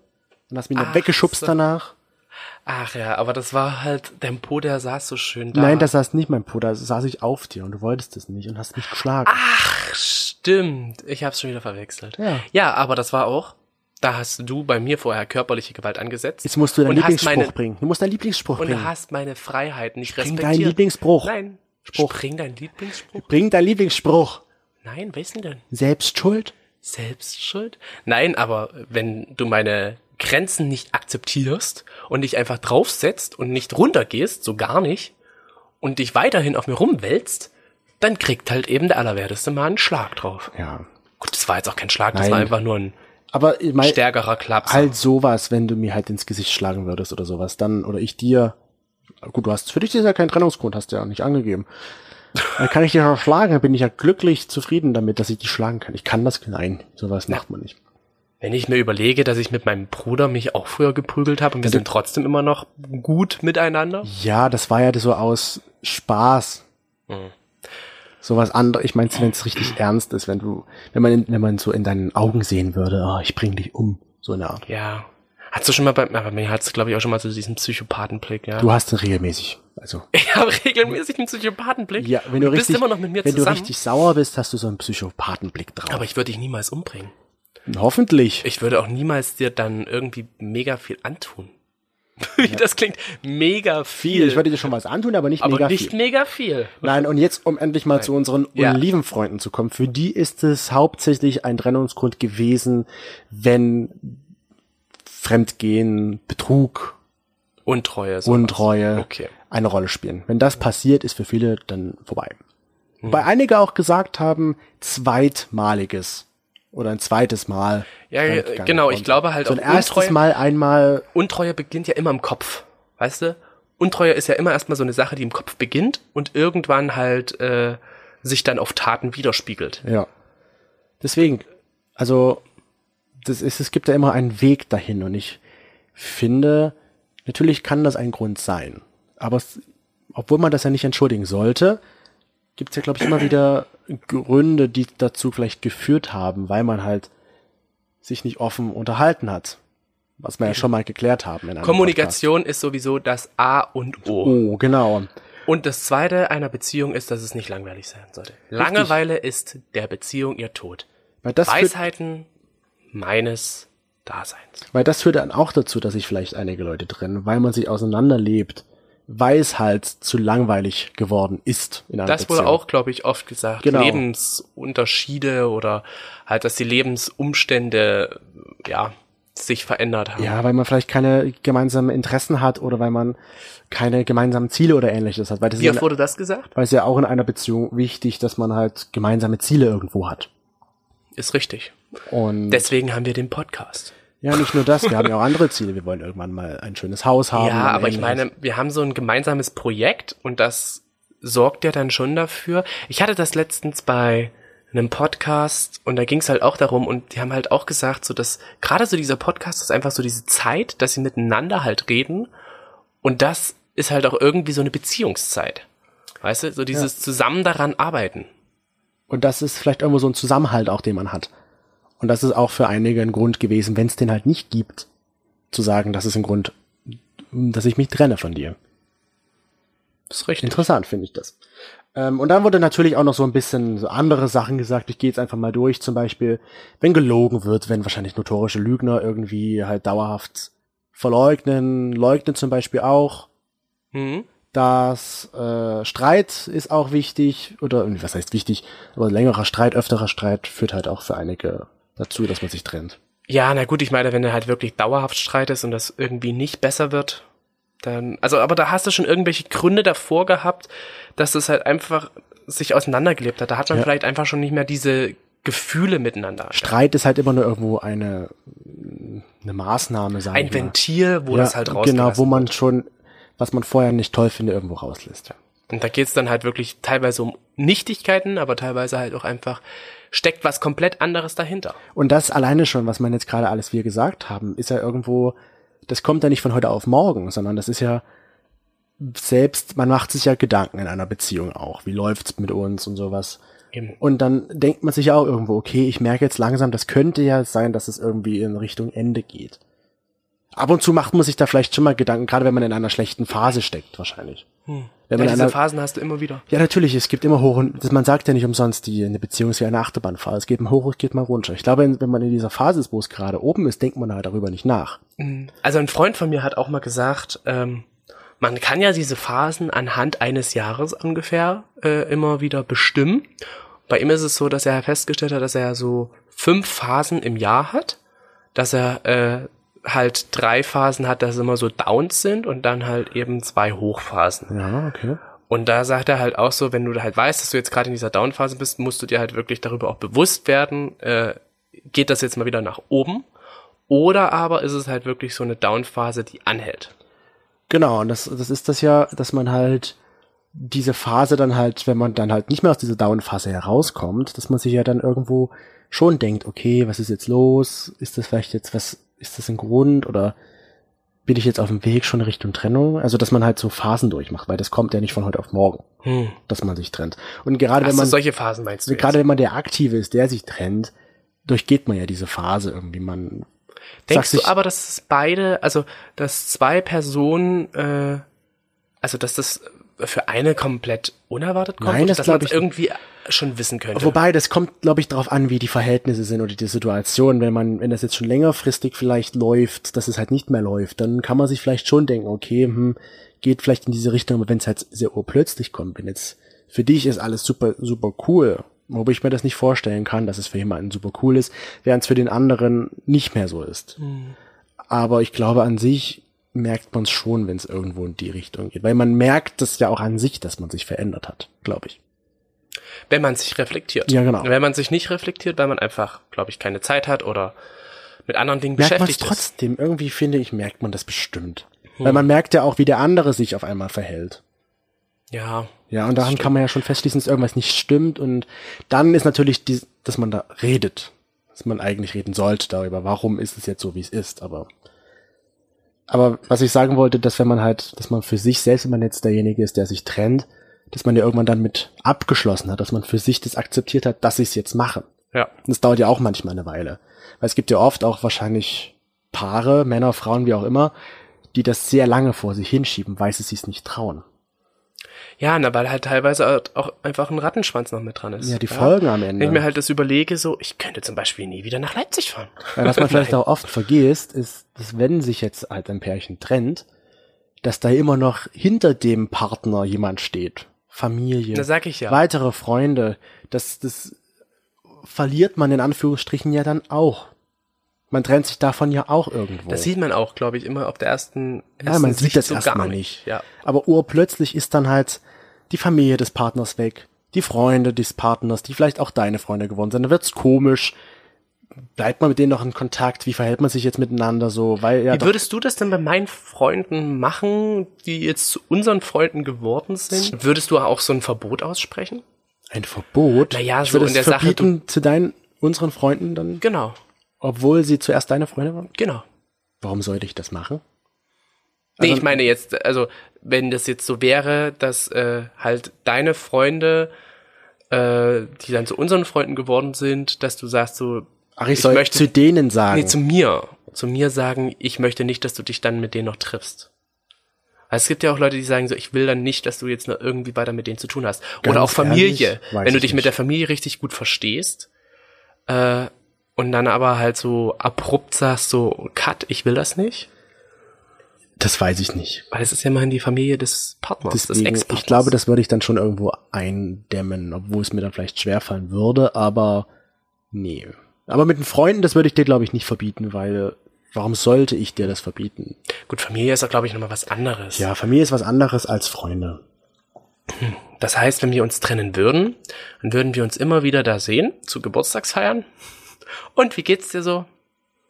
Speaker 3: und hast mich noch
Speaker 2: Ach
Speaker 3: weggeschubst
Speaker 2: so.
Speaker 3: danach.
Speaker 2: Ach ja, aber das war halt, der Po, der saß so schön da.
Speaker 3: Nein, das saß nicht mein Po, da saß ich auf dir und du wolltest es nicht und hast
Speaker 2: Ah,
Speaker 3: mich geschlagen.
Speaker 2: Ach, stimmt. Ich hab's schon wieder verwechselt.
Speaker 3: Ja.
Speaker 2: ja, aber das war auch Da hast du bei mir vorher körperliche Gewalt angesetzt.
Speaker 3: Jetzt musst du deinen
Speaker 2: Und hast
Speaker 3: Lieblingsspruch
Speaker 2: meine-
Speaker 3: bringen. Du musst deinen Lieblingsspruch
Speaker 2: und
Speaker 3: bringen.
Speaker 2: hast meine Freiheit nicht
Speaker 3: Bring
Speaker 2: respektiert.
Speaker 3: deinen Lieblingsspruch.
Speaker 2: Nein.
Speaker 3: Spruch.
Speaker 2: Spring deinen Lieblingsspruch?
Speaker 3: Bring deinen Lieblingsspruch.
Speaker 2: Nein, welchen denn?
Speaker 3: Selbst schuld?
Speaker 2: Selbstschuld? Nein, aber wenn du meine Grenzen nicht akzeptierst und dich einfach draufsetzt und nicht runtergehst, so gar nicht, und dich weiterhin auf mir rumwälzt, dann kriegt halt eben der Allerwerteste mal einen Schlag drauf.
Speaker 3: Ja.
Speaker 2: Gut, das war jetzt auch kein Schlag, das
Speaker 3: Nein.
Speaker 2: war einfach nur ein
Speaker 3: Aber ich mein,
Speaker 2: stärkerer Klaps.
Speaker 3: halt sowas, wenn du mir halt ins Gesicht schlagen würdest oder sowas, dann, oder ich dir, gut, du hast, für dich ist ja kein Trennungsgrund, hast du ja auch nicht
Speaker 2: *laughs*
Speaker 3: angegeben. Dann kann ich dich auch schlagen, dann bin ich ja glücklich zufrieden damit, dass ich dich schlagen kann. Ich kann das, nein, sowas macht man nicht.
Speaker 2: Wenn ich mir überlege, dass ich mit meinem Bruder mich auch früher geprügelt habe und wir sind trotzdem immer noch gut miteinander.
Speaker 3: Ja, das war ja so aus Spaß.
Speaker 2: Mhm.
Speaker 3: Sowas anderes, ich meine, wenn es
Speaker 2: *clears throat*
Speaker 3: richtig ernst ist, wenn du, wenn man, in, wenn man so in deinen Augen sehen würde, ah, ich bring dich um, so eine Art.
Speaker 2: Ja. Hast du schon mal bei, aber mir hat's glaube ich auch schon mal so diesen Psychopathenblick, ja.
Speaker 3: Du hast ihn regelmäßig, also.
Speaker 2: *laughs* Ich habe regelmäßig einen Psychopathenblick.
Speaker 3: Ja, wenn du,
Speaker 2: bist
Speaker 3: richtig,
Speaker 2: immer noch mit mir
Speaker 3: wenn
Speaker 2: zusammen.
Speaker 3: du richtig sauer bist, hast du so einen Psychopathenblick drauf.
Speaker 2: aber ich würde dich niemals umbringen.
Speaker 3: Hoffentlich.
Speaker 2: Ich würde auch niemals dir dann irgendwie mega viel antun. *laughs* Wie das klingt. Mega viel.
Speaker 3: Ich würde dir schon was antun, aber nicht
Speaker 2: aber
Speaker 3: mega
Speaker 2: nicht
Speaker 3: viel.
Speaker 2: mega viel.
Speaker 3: Nein, und jetzt, um endlich mal zu unseren
Speaker 2: Ja.
Speaker 3: Olivenfreunden zu kommen, für die ist es hauptsächlich ein Trennungsgrund gewesen, wenn Fremdgehen, Betrug,
Speaker 2: Untreue. sowas.
Speaker 3: Untreue
Speaker 2: Okay.
Speaker 3: eine Rolle spielen. Wenn das passiert, ist für viele dann vorbei.
Speaker 2: Hm.
Speaker 3: Wobei einige auch gesagt haben, zweitmaliges oder ein zweites Mal.
Speaker 2: Ja, ja,
Speaker 3: fremdgegangen
Speaker 2: genau, ich
Speaker 3: worden.
Speaker 2: glaube halt
Speaker 3: so
Speaker 2: auch
Speaker 3: ein erstes
Speaker 2: Untreue-
Speaker 3: Mal einmal
Speaker 2: Untreue beginnt ja immer im Kopf. Weißt du? Untreue ist ja immer erstmal so eine Sache, die im Kopf beginnt und irgendwann halt äh, sich dann auf Taten widerspiegelt.
Speaker 3: Ja. Deswegen, also das ist, es gibt ja immer einen Weg dahin und ich finde, natürlich kann das ein Grund sein. Aber es, obwohl man das ja nicht entschuldigen sollte, gibt es ja, glaube ich, immer wieder Gründe, die dazu vielleicht geführt haben, weil man halt sich nicht offen unterhalten hat. Was wir ja schon mal geklärt haben. In einem
Speaker 2: Kommunikation ist sowieso das A und O.
Speaker 3: Podcast. Oh, genau.
Speaker 2: Und das Zweite einer Beziehung ist, dass es nicht langweilig sein sollte. Langeweile ist der Beziehung ihr Tod.
Speaker 3: Weil das führt-
Speaker 2: Weisheiten meines Daseins.
Speaker 3: Weil das führt dann auch dazu, dass sich vielleicht einige Leute trennen, weil man sich auseinanderlebt, weil es halt zu langweilig geworden ist. In einer
Speaker 2: Das wurde
Speaker 3: Beziehung.
Speaker 2: auch, glaube ich, oft gesagt.
Speaker 3: Genau.
Speaker 2: Lebensunterschiede oder halt, dass die Lebensumstände, ja, sich verändert haben.
Speaker 3: Ja, weil man vielleicht keine gemeinsamen Interessen hat oder weil man keine gemeinsamen Ziele oder ähnliches hat. Weil das
Speaker 2: Wie
Speaker 3: ist
Speaker 2: oft
Speaker 3: in,
Speaker 2: wurde das gesagt?
Speaker 3: weil es ja auch in einer Beziehung wichtig, dass man halt gemeinsame Ziele irgendwo hat.
Speaker 2: Ist richtig.
Speaker 3: Und
Speaker 2: Deswegen haben wir den Podcast.
Speaker 3: ja, nicht nur das, wir haben ja auch andere Ziele. Wir wollen irgendwann mal ein schönes Haus haben.
Speaker 2: Ja,
Speaker 3: und
Speaker 2: aber ich
Speaker 3: ähnliches.
Speaker 2: meine, wir haben so ein gemeinsames Projekt und das sorgt ja dann schon dafür. Ich hatte das letztens bei einem Podcast und da ging es halt auch darum und die haben halt auch gesagt, so dass gerade so dieser Podcast ist einfach so diese Zeit, dass sie miteinander halt reden und das ist halt auch irgendwie so eine Beziehungszeit. Weißt du, so dieses zusammen daran arbeiten.
Speaker 3: Und das ist vielleicht irgendwo so ein Zusammenhalt auch, den man hat. Und das ist auch für einige ein Grund gewesen, wenn es den halt nicht gibt, zu sagen, das ist ein Grund, dass ich mich trenne von dir.
Speaker 2: ist richtig.
Speaker 3: Interessant finde ich das. Ähm, und dann wurde natürlich auch noch so ein bisschen so andere Sachen gesagt. Ich gehe jetzt einfach mal durch. Zum Beispiel, wenn gelogen wird, wenn wahrscheinlich notorische Lügner irgendwie halt dauerhaft verleugnen, leugnen zum Beispiel auch.
Speaker 2: Mhm.
Speaker 3: dass äh, Streit ist auch wichtig oder äh, was heißt wichtig, aber längerer Streit, öfterer Streit führt halt auch für einige dazu, dass man sich trennt.
Speaker 2: Ja, na gut, ich meine, wenn du halt wirklich dauerhaft streitest und das irgendwie nicht besser wird, dann, also, aber da hast du schon irgendwelche Gründe davor gehabt, dass es halt einfach sich auseinandergelebt hat. Da hat man
Speaker 3: Ja.
Speaker 2: vielleicht einfach schon nicht mehr diese Gefühle miteinander.
Speaker 3: Streit ist halt immer nur irgendwo eine eine Maßnahme sein.
Speaker 2: Ein Ventil, wo das halt rauskommt.
Speaker 3: Genau, wo man schon was man vorher nicht toll findet irgendwo rauslässt.
Speaker 2: Und da geht's dann halt wirklich teilweise um Nichtigkeiten, aber teilweise halt auch einfach steckt was komplett anderes dahinter.
Speaker 3: Und das alleine schon, was man jetzt gerade alles wir gesagt haben, ist ja irgendwo, das kommt ja nicht von heute auf morgen, sondern das ist ja selbst, man macht sich ja Gedanken in einer Beziehung auch. Wie läuft's mit uns und sowas.
Speaker 2: Eben.
Speaker 3: Und dann denkt man sich ja auch irgendwo, okay, ich merke jetzt langsam, das könnte ja sein, dass es irgendwie in Richtung Ende geht. ab und zu macht man sich da vielleicht schon mal Gedanken, gerade wenn man in einer schlechten Phase steckt, wahrscheinlich. Hm. Wenn
Speaker 2: Ja,
Speaker 3: man in
Speaker 2: diese
Speaker 3: einer,
Speaker 2: Phasen hast du immer wieder.
Speaker 3: ja, natürlich, es gibt immer hoch und, das- man sagt ja nicht umsonst, die, eine Beziehung ist wie eine Achterbahnfahrt. Es geht mal hoch, es geht mal runter. Ich glaube, wenn man in dieser Phase ist, wo es gerade oben ist, denkt man halt darüber nicht nach.
Speaker 2: Also ein Freund von mir hat auch mal gesagt, ähm, man kann ja diese Phasen anhand eines Jahres ungefähr äh, immer wieder bestimmen. Bei ihm ist es so, dass er festgestellt hat, dass er so fünf Phasen im Jahr hat, dass er äh, halt drei Phasen hat, dass immer so Downs sind und dann halt eben zwei Hochphasen.
Speaker 3: Ja, okay.
Speaker 2: Und da sagt er halt auch so, wenn du halt weißt, dass du jetzt gerade in dieser Down-Phase bist, musst du dir halt wirklich darüber auch bewusst werden, äh, geht das jetzt mal wieder nach oben? Oder aber ist es halt wirklich so eine Down-Phase, die anhält?
Speaker 3: Genau, und das, das ist das ja, dass man halt diese Phase dann halt, wenn man dann halt nicht mehr aus dieser Down-Phase herauskommt, dass man sich ja dann irgendwo schon denkt, okay, was ist jetzt los? Ist das vielleicht jetzt was, ist das ein Grund oder bin ich jetzt auf dem Weg schon Richtung Trennung? Also, dass man halt so Phasen durchmacht, weil das kommt ja nicht von heute auf morgen,
Speaker 2: Hm.
Speaker 3: dass man sich trennt. Und gerade
Speaker 2: Ach
Speaker 3: wenn
Speaker 2: so,
Speaker 3: man,
Speaker 2: solche Phasen meinst du? Jetzt?
Speaker 3: gerade wenn man der Aktive ist, der sich trennt, durchgeht man ja diese Phase irgendwie. Man
Speaker 2: Denkst
Speaker 3: sagt
Speaker 2: du
Speaker 3: sich-
Speaker 2: aber, dass es beide, also dass zwei Personen, äh, also dass das für eine komplett unerwartet kommt,
Speaker 3: Nein,
Speaker 2: oder
Speaker 3: das
Speaker 2: dass man
Speaker 3: glaub ich
Speaker 2: irgendwie schon wissen könnte?
Speaker 3: Wobei, das kommt, glaube ich, darauf an, wie die Verhältnisse sind oder die Situation. Wenn man, wenn das jetzt schon längerfristig vielleicht läuft, dass es halt nicht mehr läuft, dann kann man sich vielleicht schon denken, okay, hm, geht vielleicht in diese Richtung, aber wenn es halt sehr urplötzlich kommt, wenn jetzt für dich ist alles super, super cool, wobei ich mir das nicht vorstellen kann, dass es für jemanden super cool ist, während es für den anderen nicht mehr so ist. Aber ich glaube, an sich merkt man es schon, wenn es irgendwo in die Richtung geht. Weil man merkt das ja auch an sich, dass man sich verändert hat, glaube ich.
Speaker 2: Wenn man sich reflektiert.
Speaker 3: Ja, genau.
Speaker 2: Wenn man sich nicht reflektiert, weil man einfach, glaube ich, keine Zeit hat oder mit anderen Dingen
Speaker 3: merkt man es
Speaker 2: beschäftigt ist. Hm.
Speaker 3: trotzdem. Irgendwie finde ich, merkt man das bestimmt. Weil man merkt ja auch, wie der andere sich auf einmal verhält.
Speaker 2: Ja.
Speaker 3: Ja, und daran kann man ja schon festschließen, dass irgendwas nicht stimmt. Und dann ist natürlich, die, dass man da redet. Dass man eigentlich reden sollte darüber, warum ist es jetzt so, wie es ist. Aber, aber was ich sagen wollte, dass wenn man halt, dass man für sich selbst, wenn man jetzt derjenige ist, der sich trennt, dass man ja irgendwann dann mit abgeschlossen hat, dass man für sich das akzeptiert hat, dass ich es jetzt mache.
Speaker 2: Ja.
Speaker 3: Und Das dauert ja auch manchmal eine Weile. Weil es gibt ja oft auch wahrscheinlich Paare, Männer, Frauen, wie auch immer, die das sehr lange vor sich hinschieben, weil sie es nicht trauen.
Speaker 2: Ja, na, weil halt teilweise halt auch einfach ein Rattenschwanz noch mit dran ist.
Speaker 3: Ja, die Folgen am
Speaker 2: Wenn
Speaker 3: Ende.
Speaker 2: ich mir halt das überlege, so, ich könnte zum Beispiel nie wieder nach Leipzig fahren.
Speaker 3: Weil was
Speaker 2: *laughs*
Speaker 3: man vielleicht auch oft vergisst, ist, dass wenn sich jetzt halt ein Pärchen trennt, dass da immer noch hinter dem Partner jemand steht. Familie,
Speaker 2: Na, sag ich ja.
Speaker 3: weitere Freunde. Das, das verliert man in Anführungsstrichen ja dann auch. Man trennt sich davon ja auch irgendwo.
Speaker 2: Das sieht man auch, glaube ich, immer auf der ersten, ersten
Speaker 3: Ja, man sieht
Speaker 2: Sicht
Speaker 3: das
Speaker 2: so
Speaker 3: erstmal
Speaker 2: gar
Speaker 3: nicht.
Speaker 2: Ja.
Speaker 3: Aber urplötzlich ist dann halt die Familie des Partners weg, die Freunde des Partners, die vielleicht auch deine Freunde geworden sind. Dann wird's komisch. Bleibt man mit denen noch in Kontakt? Wie verhält man sich jetzt miteinander so? Weil ja
Speaker 2: Wie
Speaker 3: doch,
Speaker 2: würdest du das denn bei meinen Freunden machen, die jetzt zu unseren Freunden geworden sind? Würdest du auch so ein Verbot aussprechen?
Speaker 3: ein Verbot.
Speaker 2: Na ja,
Speaker 3: ich
Speaker 2: so
Speaker 3: würde
Speaker 2: in
Speaker 3: es
Speaker 2: der Sache,
Speaker 3: verbieten zu deinen unseren Freunden dann,
Speaker 2: Genau,
Speaker 3: obwohl sie zuerst deine Freunde waren.
Speaker 2: genau.
Speaker 3: Warum sollte ich das machen?
Speaker 2: Nee,
Speaker 3: Also-
Speaker 2: ich meine jetzt, also wenn das jetzt so wäre, dass äh, halt deine Freunde, äh, die dann zu unseren Freunden geworden sind, dass du sagst so,
Speaker 3: Ach, ich,
Speaker 2: Ich
Speaker 3: soll
Speaker 2: möchte-
Speaker 3: zu denen sagen.
Speaker 2: nee, zu mir, zu mir sagen, ich möchte nicht, dass du dich dann mit denen noch triffst. Also es gibt ja auch Leute, die sagen so, ich will dann nicht, dass du jetzt noch irgendwie weiter mit denen zu tun hast.
Speaker 3: Ganz
Speaker 2: Oder auch Familie,
Speaker 3: ehrlich, weiß
Speaker 2: wenn du
Speaker 3: ich
Speaker 2: dich mit
Speaker 3: nicht.
Speaker 2: der Familie richtig gut verstehst äh, und dann aber halt so abrupt sagst so, cut, ich will das nicht.
Speaker 3: das weiß ich nicht.
Speaker 2: Weil es ist ja immerhin die Familie des Partners, des
Speaker 3: Deswegen,
Speaker 2: Ex-Partners.
Speaker 3: ich glaube, das würde ich dann schon irgendwo eindämmen, obwohl es mir dann vielleicht schwerfallen würde, aber nee. Aber mit den Freunden, das würde ich dir, glaube ich, nicht verbieten, weil warum sollte ich dir das verbieten?
Speaker 2: Gut, Familie ist ja, glaube ich, nochmal was anderes.
Speaker 3: Ja, Familie ist was anderes als Freunde.
Speaker 2: Das heißt, wenn wir uns trennen würden, dann würden wir uns immer wieder da sehen, zu Geburtstagsfeiern. Und wie geht's dir so?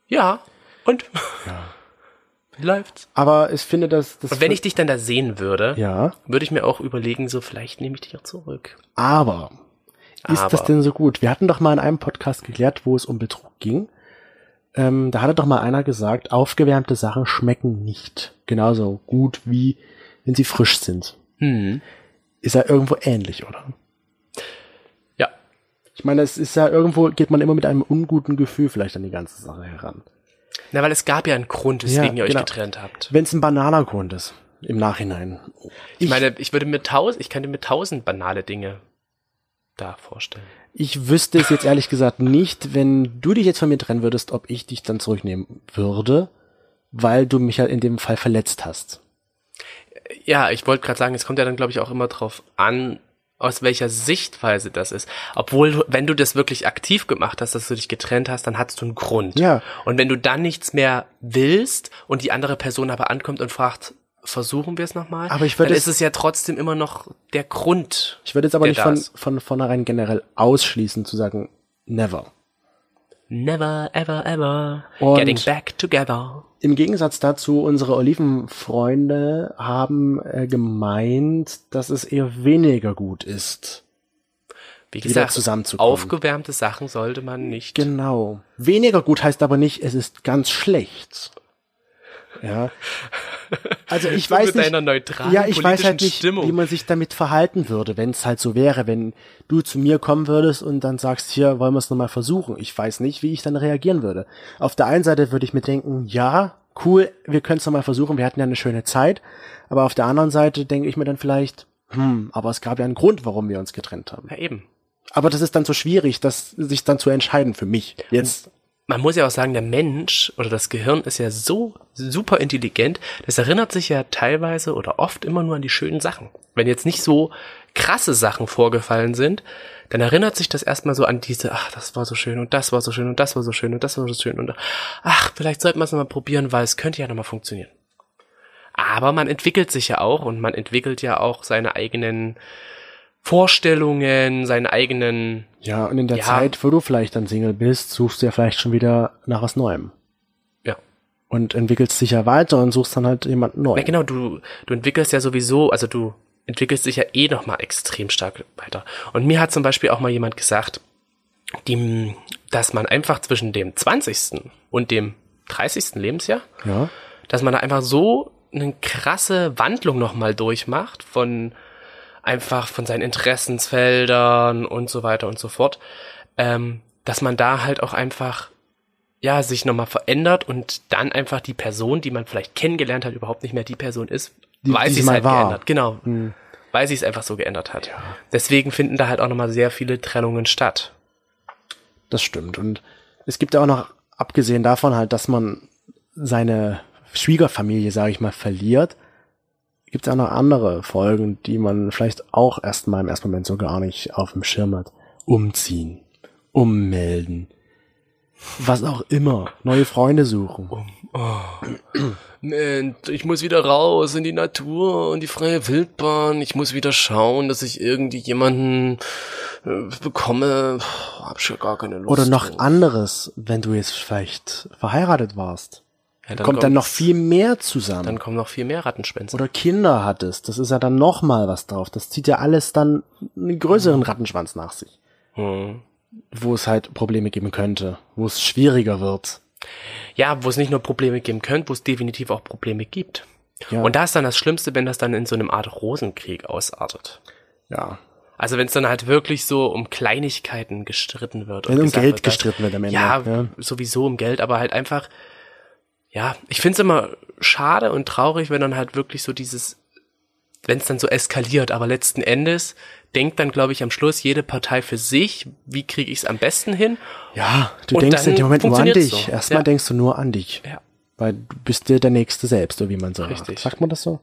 Speaker 2: Ja. Und? *laughs* Wie läuft's?
Speaker 3: Aber ich finde, dass das.
Speaker 2: Und wenn ich dich dann da sehen würde,
Speaker 3: ja,
Speaker 2: würde ich mir auch überlegen, so vielleicht nehme ich dich ja zurück.
Speaker 3: aber ist das
Speaker 2: Aber-
Speaker 3: denn so gut? Wir hatten doch mal in einem Podcast geklärt, wo es um Betrug ging. Ähm, da hatte doch mal einer gesagt, aufgewärmte Sachen schmecken nicht genauso gut wie wenn sie frisch sind.
Speaker 2: Hm.
Speaker 3: Ist ja irgendwo ähnlich, oder?
Speaker 2: Ja.
Speaker 3: Ich meine, es ist ja irgendwo, geht man immer mit einem unguten Gefühl vielleicht an die ganze Sache heran.
Speaker 2: Na, weil es gab ja einen Grund, weswegen
Speaker 3: Ja,
Speaker 2: ihr euch
Speaker 3: genau.
Speaker 2: getrennt habt.
Speaker 3: Wenn es ein banaler Grund ist, im Nachhinein.
Speaker 2: Ich meine, ich würde mir tausend, ich könnte mir tausend banale Dinge da vorstellen.
Speaker 3: Ich wüsste es jetzt ehrlich gesagt nicht, wenn du dich jetzt von mir trennen würdest, ob ich dich dann zurücknehmen würde, weil du mich ja in dem Fall verletzt hast.
Speaker 2: Ja, ich wollte gerade sagen, es kommt ja dann, glaube ich, auch immer drauf an, aus welcher Sichtweise das ist. Obwohl, du- wenn du das wirklich aktiv gemacht hast, dass du dich getrennt hast, dann hast du einen Grund.
Speaker 3: Ja.
Speaker 2: Und wenn du dann nichts mehr willst und die andere Person aber ankommt und fragt, versuchen wir es nochmal,
Speaker 3: Aber ich würde
Speaker 2: dann
Speaker 3: es-
Speaker 2: ist es ja trotzdem immer noch der Grund.
Speaker 3: Ich würde jetzt aber
Speaker 2: der
Speaker 3: nicht
Speaker 2: da
Speaker 3: von,
Speaker 2: ist.
Speaker 3: von vornherein generell ausschließen zu sagen, never.
Speaker 2: Never, ever, ever
Speaker 3: Und-
Speaker 2: getting back together.
Speaker 3: Im Gegensatz dazu, unsere Olivenfreunde haben äh, gemeint, dass es eher weniger gut ist.
Speaker 2: Wie
Speaker 3: Wieder
Speaker 2: gesagt,
Speaker 3: zusammenzukommen.
Speaker 2: aufgewärmte Sachen sollte man nicht.
Speaker 3: Genau. Weniger gut heißt aber nicht, es ist ganz schlecht. Ja. Also
Speaker 2: *laughs*
Speaker 3: ich
Speaker 2: So
Speaker 3: weiß
Speaker 2: mit
Speaker 3: nicht.
Speaker 2: deiner neutralen
Speaker 3: ja, ich weiß
Speaker 2: politischen
Speaker 3: halt nicht,
Speaker 2: Stimmung.
Speaker 3: wie man sich damit verhalten würde, wenn es halt so wäre, wenn du zu mir kommen würdest und dann sagst, hier wollen wir es nochmal versuchen. Ich weiß nicht, wie ich dann reagieren würde. Auf der einen Seite würde ich mir denken, ja, cool, wir können es nochmal versuchen, wir hatten ja eine schöne Zeit. Aber auf der anderen Seite denke ich mir dann vielleicht, hm, aber es gab ja einen Grund, warum wir uns getrennt haben.
Speaker 2: Ja, eben.
Speaker 3: Aber das ist dann so schwierig, das sich dann zu entscheiden für mich. Jetzt
Speaker 2: man muss ja auch sagen, der Mensch oder das Gehirn ist ja so super intelligent, das erinnert sich ja teilweise oder oft immer nur an die schönen Sachen. Wenn jetzt nicht so krasse Sachen vorgefallen sind, dann erinnert sich das erstmal so an diese, ach, das war so schön und das war so schön und das war so schön und das war so schön und ach, vielleicht sollten wir es nochmal probieren, weil es könnte ja nochmal funktionieren. Aber man entwickelt sich ja auch und man entwickelt ja auch seine eigenen Vorstellungen, seine eigenen
Speaker 3: Ja, und in der
Speaker 2: Ja.
Speaker 3: Zeit, wo du vielleicht dann Single bist, suchst du ja vielleicht schon wieder nach was Neuem.
Speaker 2: Ja.
Speaker 3: Und entwickelst dich ja weiter und suchst dann halt jemanden
Speaker 2: Ja,
Speaker 3: neuen.
Speaker 2: genau, du, du entwickelst ja sowieso, also du entwickelst dich ja eh nochmal extrem stark weiter. Und mir hat zum Beispiel auch mal jemand gesagt, die, dass man einfach zwischen dem 20. und dem 30. Lebensjahr,
Speaker 3: Ja.
Speaker 2: dass man da einfach so eine krasse Wandlung nochmal durchmacht von einfach von seinen Interessensfeldern und so weiter und so fort, ähm, dass man da halt auch einfach ja sich nochmal verändert und dann einfach die Person, die man vielleicht kennengelernt hat, überhaupt nicht mehr die Person ist,
Speaker 3: Die-
Speaker 2: weil
Speaker 3: die
Speaker 2: sie
Speaker 3: sie
Speaker 2: es
Speaker 3: mal
Speaker 2: halt
Speaker 3: war. Hm.
Speaker 2: geändert, genau, weil sie es einfach so geändert hat. Deswegen finden da halt auch nochmal sehr viele Trennungen statt.
Speaker 3: Das stimmt. Und es gibt ja auch noch, abgesehen davon halt, dass man seine Schwiegerfamilie, sage ich mal, verliert, gibt es auch noch andere Folgen, die man vielleicht auch erstmal im ersten Moment so gar nicht auf dem Schirm hat. Umziehen, ummelden, was auch immer, neue Freunde suchen.
Speaker 2: Moment, ich muss wieder raus in die Natur und die freie Wildbahn. Ich muss wieder schauen, dass ich irgendwie jemanden äh, bekomme. Puh, Hab schon gar keine Lust.
Speaker 3: Oder noch
Speaker 2: drauf.
Speaker 3: anderes, wenn du jetzt vielleicht verheiratet warst.
Speaker 2: ja, dann
Speaker 3: kommt dann noch viel mehr zusammen.
Speaker 2: Dann kommen noch viel mehr Rattenschwänze.
Speaker 3: Oder Kinder hattest. Das ist ja dann noch mal was drauf. Das zieht ja alles dann einen größeren Rattenschwanz nach sich.
Speaker 2: Hm.
Speaker 3: Wo es halt Probleme geben könnte. Wo es schwieriger wird.
Speaker 2: Ja, wo es nicht nur Probleme geben könnte, wo es definitiv auch Probleme gibt.
Speaker 3: Ja.
Speaker 2: Und da ist dann das Schlimmste, wenn das dann in so einem Art Rosenkrieg ausartet.
Speaker 3: Ja.
Speaker 2: Also wenn es dann halt wirklich so um Kleinigkeiten gestritten wird. und
Speaker 3: Wenn um
Speaker 2: gesagt
Speaker 3: Geld
Speaker 2: dass-
Speaker 3: gestritten wird am Ende,
Speaker 2: Ja,
Speaker 3: ja.
Speaker 2: sowieso um Geld, aber halt einfach, ja, ich find's immer schade und traurig, wenn dann halt wirklich so dieses, wenn es dann so eskaliert, aber letzten Endes denkt dann, glaube ich, am Schluss jede Partei für sich, wie kriege ich's am besten hin?
Speaker 3: Ja, du
Speaker 2: Und
Speaker 3: denkst
Speaker 2: dann
Speaker 3: in dem Moment nur an
Speaker 2: funktioniert's
Speaker 3: dich.
Speaker 2: so.
Speaker 3: Erstmal
Speaker 2: Ja.
Speaker 3: denkst du nur an dich.
Speaker 2: Ja.
Speaker 3: Weil du bist dir der Nächste selbst, oder wie man sagt.
Speaker 2: Richtig.
Speaker 3: Sagt man das so?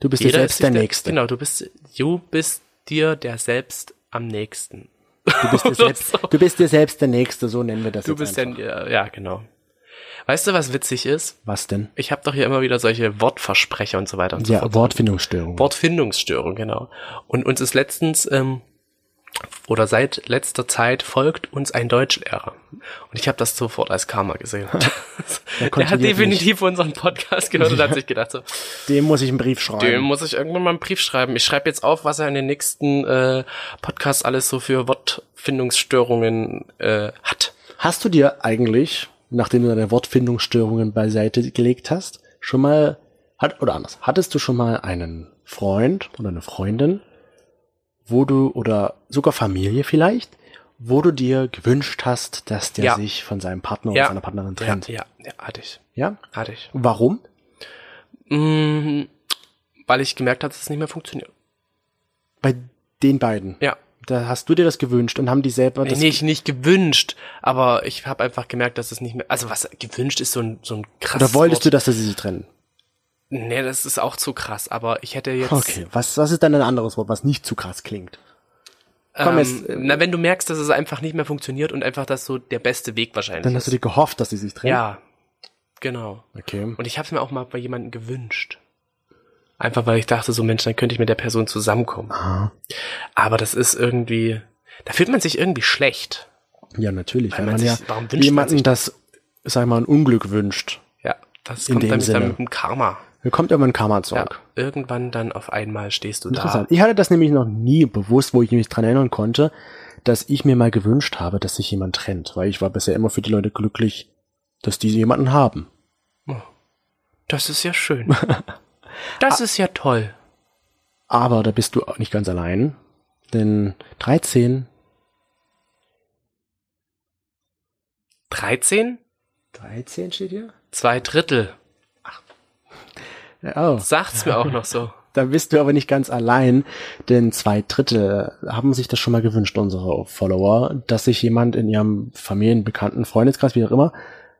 Speaker 3: Du bist dir selbst
Speaker 2: sich
Speaker 3: der, Nächste.
Speaker 2: Genau, du bist, du bist dir der selbst am nächsten.
Speaker 3: Du
Speaker 2: *laughs*
Speaker 3: bist dir selbst, du bist dir selbst der Nächste, so nennen wir das
Speaker 2: Du
Speaker 3: jetzt
Speaker 2: bist
Speaker 3: einfach.
Speaker 2: der, ja, genau. Weißt du, was witzig ist?
Speaker 3: Was denn?
Speaker 2: Ich habe doch hier immer wieder solche Wortversprecher und so weiter und so
Speaker 3: Ja,
Speaker 2: fort.
Speaker 3: Wortfindungsstörung.
Speaker 2: Wortfindungsstörung, genau. Und uns ist letztens ähm, oder seit letzter Zeit folgt uns ein Deutschlehrer. Und ich habe das sofort als Karma
Speaker 3: *laughs*
Speaker 2: gesehen. *laughs* Der hat
Speaker 3: kontrolliert
Speaker 2: definitiv unseren Podcast gehört und hat sich gedacht so,
Speaker 3: Dem muss ich einen Brief schreiben.
Speaker 2: dem muss ich irgendwann mal einen Brief schreiben. Ich schreibe jetzt auf, was er in den nächsten äh, Podcasts alles so für Wortfindungsstörungen äh, hat.
Speaker 3: Hast du dir eigentlich, nachdem du deine Wortfindungsstörungen beiseite gelegt hast, schon mal, hat, oder anders, hattest du schon mal einen Freund oder eine Freundin, wo du, oder sogar Familie vielleicht, wo du dir gewünscht hast, dass der
Speaker 2: Ja.
Speaker 3: sich von seinem Partner
Speaker 2: Ja.
Speaker 3: oder seiner Partnerin trennt.
Speaker 2: Ja, ja, hatte ich.
Speaker 3: Ja?
Speaker 2: Hatte ich.
Speaker 3: Warum?
Speaker 2: Mm, weil ich gemerkt habe, dass es nicht mehr funktioniert.
Speaker 3: Bei den beiden.
Speaker 2: Ja.
Speaker 3: Da hast du dir das gewünscht und haben die selber das.
Speaker 2: nicht, nicht gewünscht, aber ich habe einfach gemerkt, dass es nicht mehr. Also was gewünscht ist so ein, so ein krasses.
Speaker 3: Oder wolltest du,
Speaker 2: Wort.
Speaker 3: dass sie sich trennen?
Speaker 2: du Nee, das ist auch zu krass, aber ich hätte jetzt.
Speaker 3: Okay. Was, was ist dann ein anderes Wort, was nicht zu krass klingt?
Speaker 2: ähm,
Speaker 3: Komm jetzt, äh,
Speaker 2: Na, wenn du merkst, dass es einfach nicht mehr funktioniert und einfach das so der beste Weg wahrscheinlich
Speaker 3: Dann hast
Speaker 2: ist.
Speaker 3: du dir gehofft, dass sie sich trennen?
Speaker 2: ja. Genau.
Speaker 3: Okay.
Speaker 2: Und ich habe es mir auch mal bei jemandem gewünscht. Einfach weil ich dachte, so Mensch, dann könnte ich mit der Person zusammenkommen.
Speaker 3: Aha.
Speaker 2: Aber das ist irgendwie, da fühlt man sich irgendwie schlecht.
Speaker 3: Ja, natürlich.
Speaker 2: Weil
Speaker 3: Weil
Speaker 2: man
Speaker 3: man,
Speaker 2: sich-
Speaker 3: ja
Speaker 2: warum wünscht man
Speaker 3: jemanden
Speaker 2: sich-
Speaker 3: das, sag ich mal, ein Unglück wünscht.
Speaker 2: Ja, das
Speaker 3: In
Speaker 2: kommt
Speaker 3: dem
Speaker 2: dann, dann
Speaker 3: Sinne.
Speaker 2: mit dem Karma.
Speaker 3: Da kommt irgendwann Karma
Speaker 2: Ja,
Speaker 3: zurück.
Speaker 2: irgendwann dann auf einmal stehst du
Speaker 3: Interessant.
Speaker 2: da.
Speaker 3: Ich hatte das nämlich noch nie bewusst, wo ich mich dran erinnern konnte, dass ich mir mal gewünscht habe, dass sich jemand trennt, weil ich war bisher immer für die Leute glücklich, dass diese jemanden haben.
Speaker 2: Das ist ja
Speaker 3: *laughs*
Speaker 2: schön.
Speaker 3: Ah.
Speaker 2: Das ist ja toll.
Speaker 3: Aber da bist du auch nicht ganz allein, denn 13,
Speaker 2: 13?
Speaker 3: 13 steht hier?
Speaker 2: Zwei Drittel.
Speaker 3: Oh,
Speaker 2: Sagt's mir auch noch so.
Speaker 3: da bist du aber nicht ganz allein, denn zwei Drittel haben sich das schon mal gewünscht, unsere Follower, dass sich jemand in ihrem Familienbekannten, Freundeskreis, wie auch immer,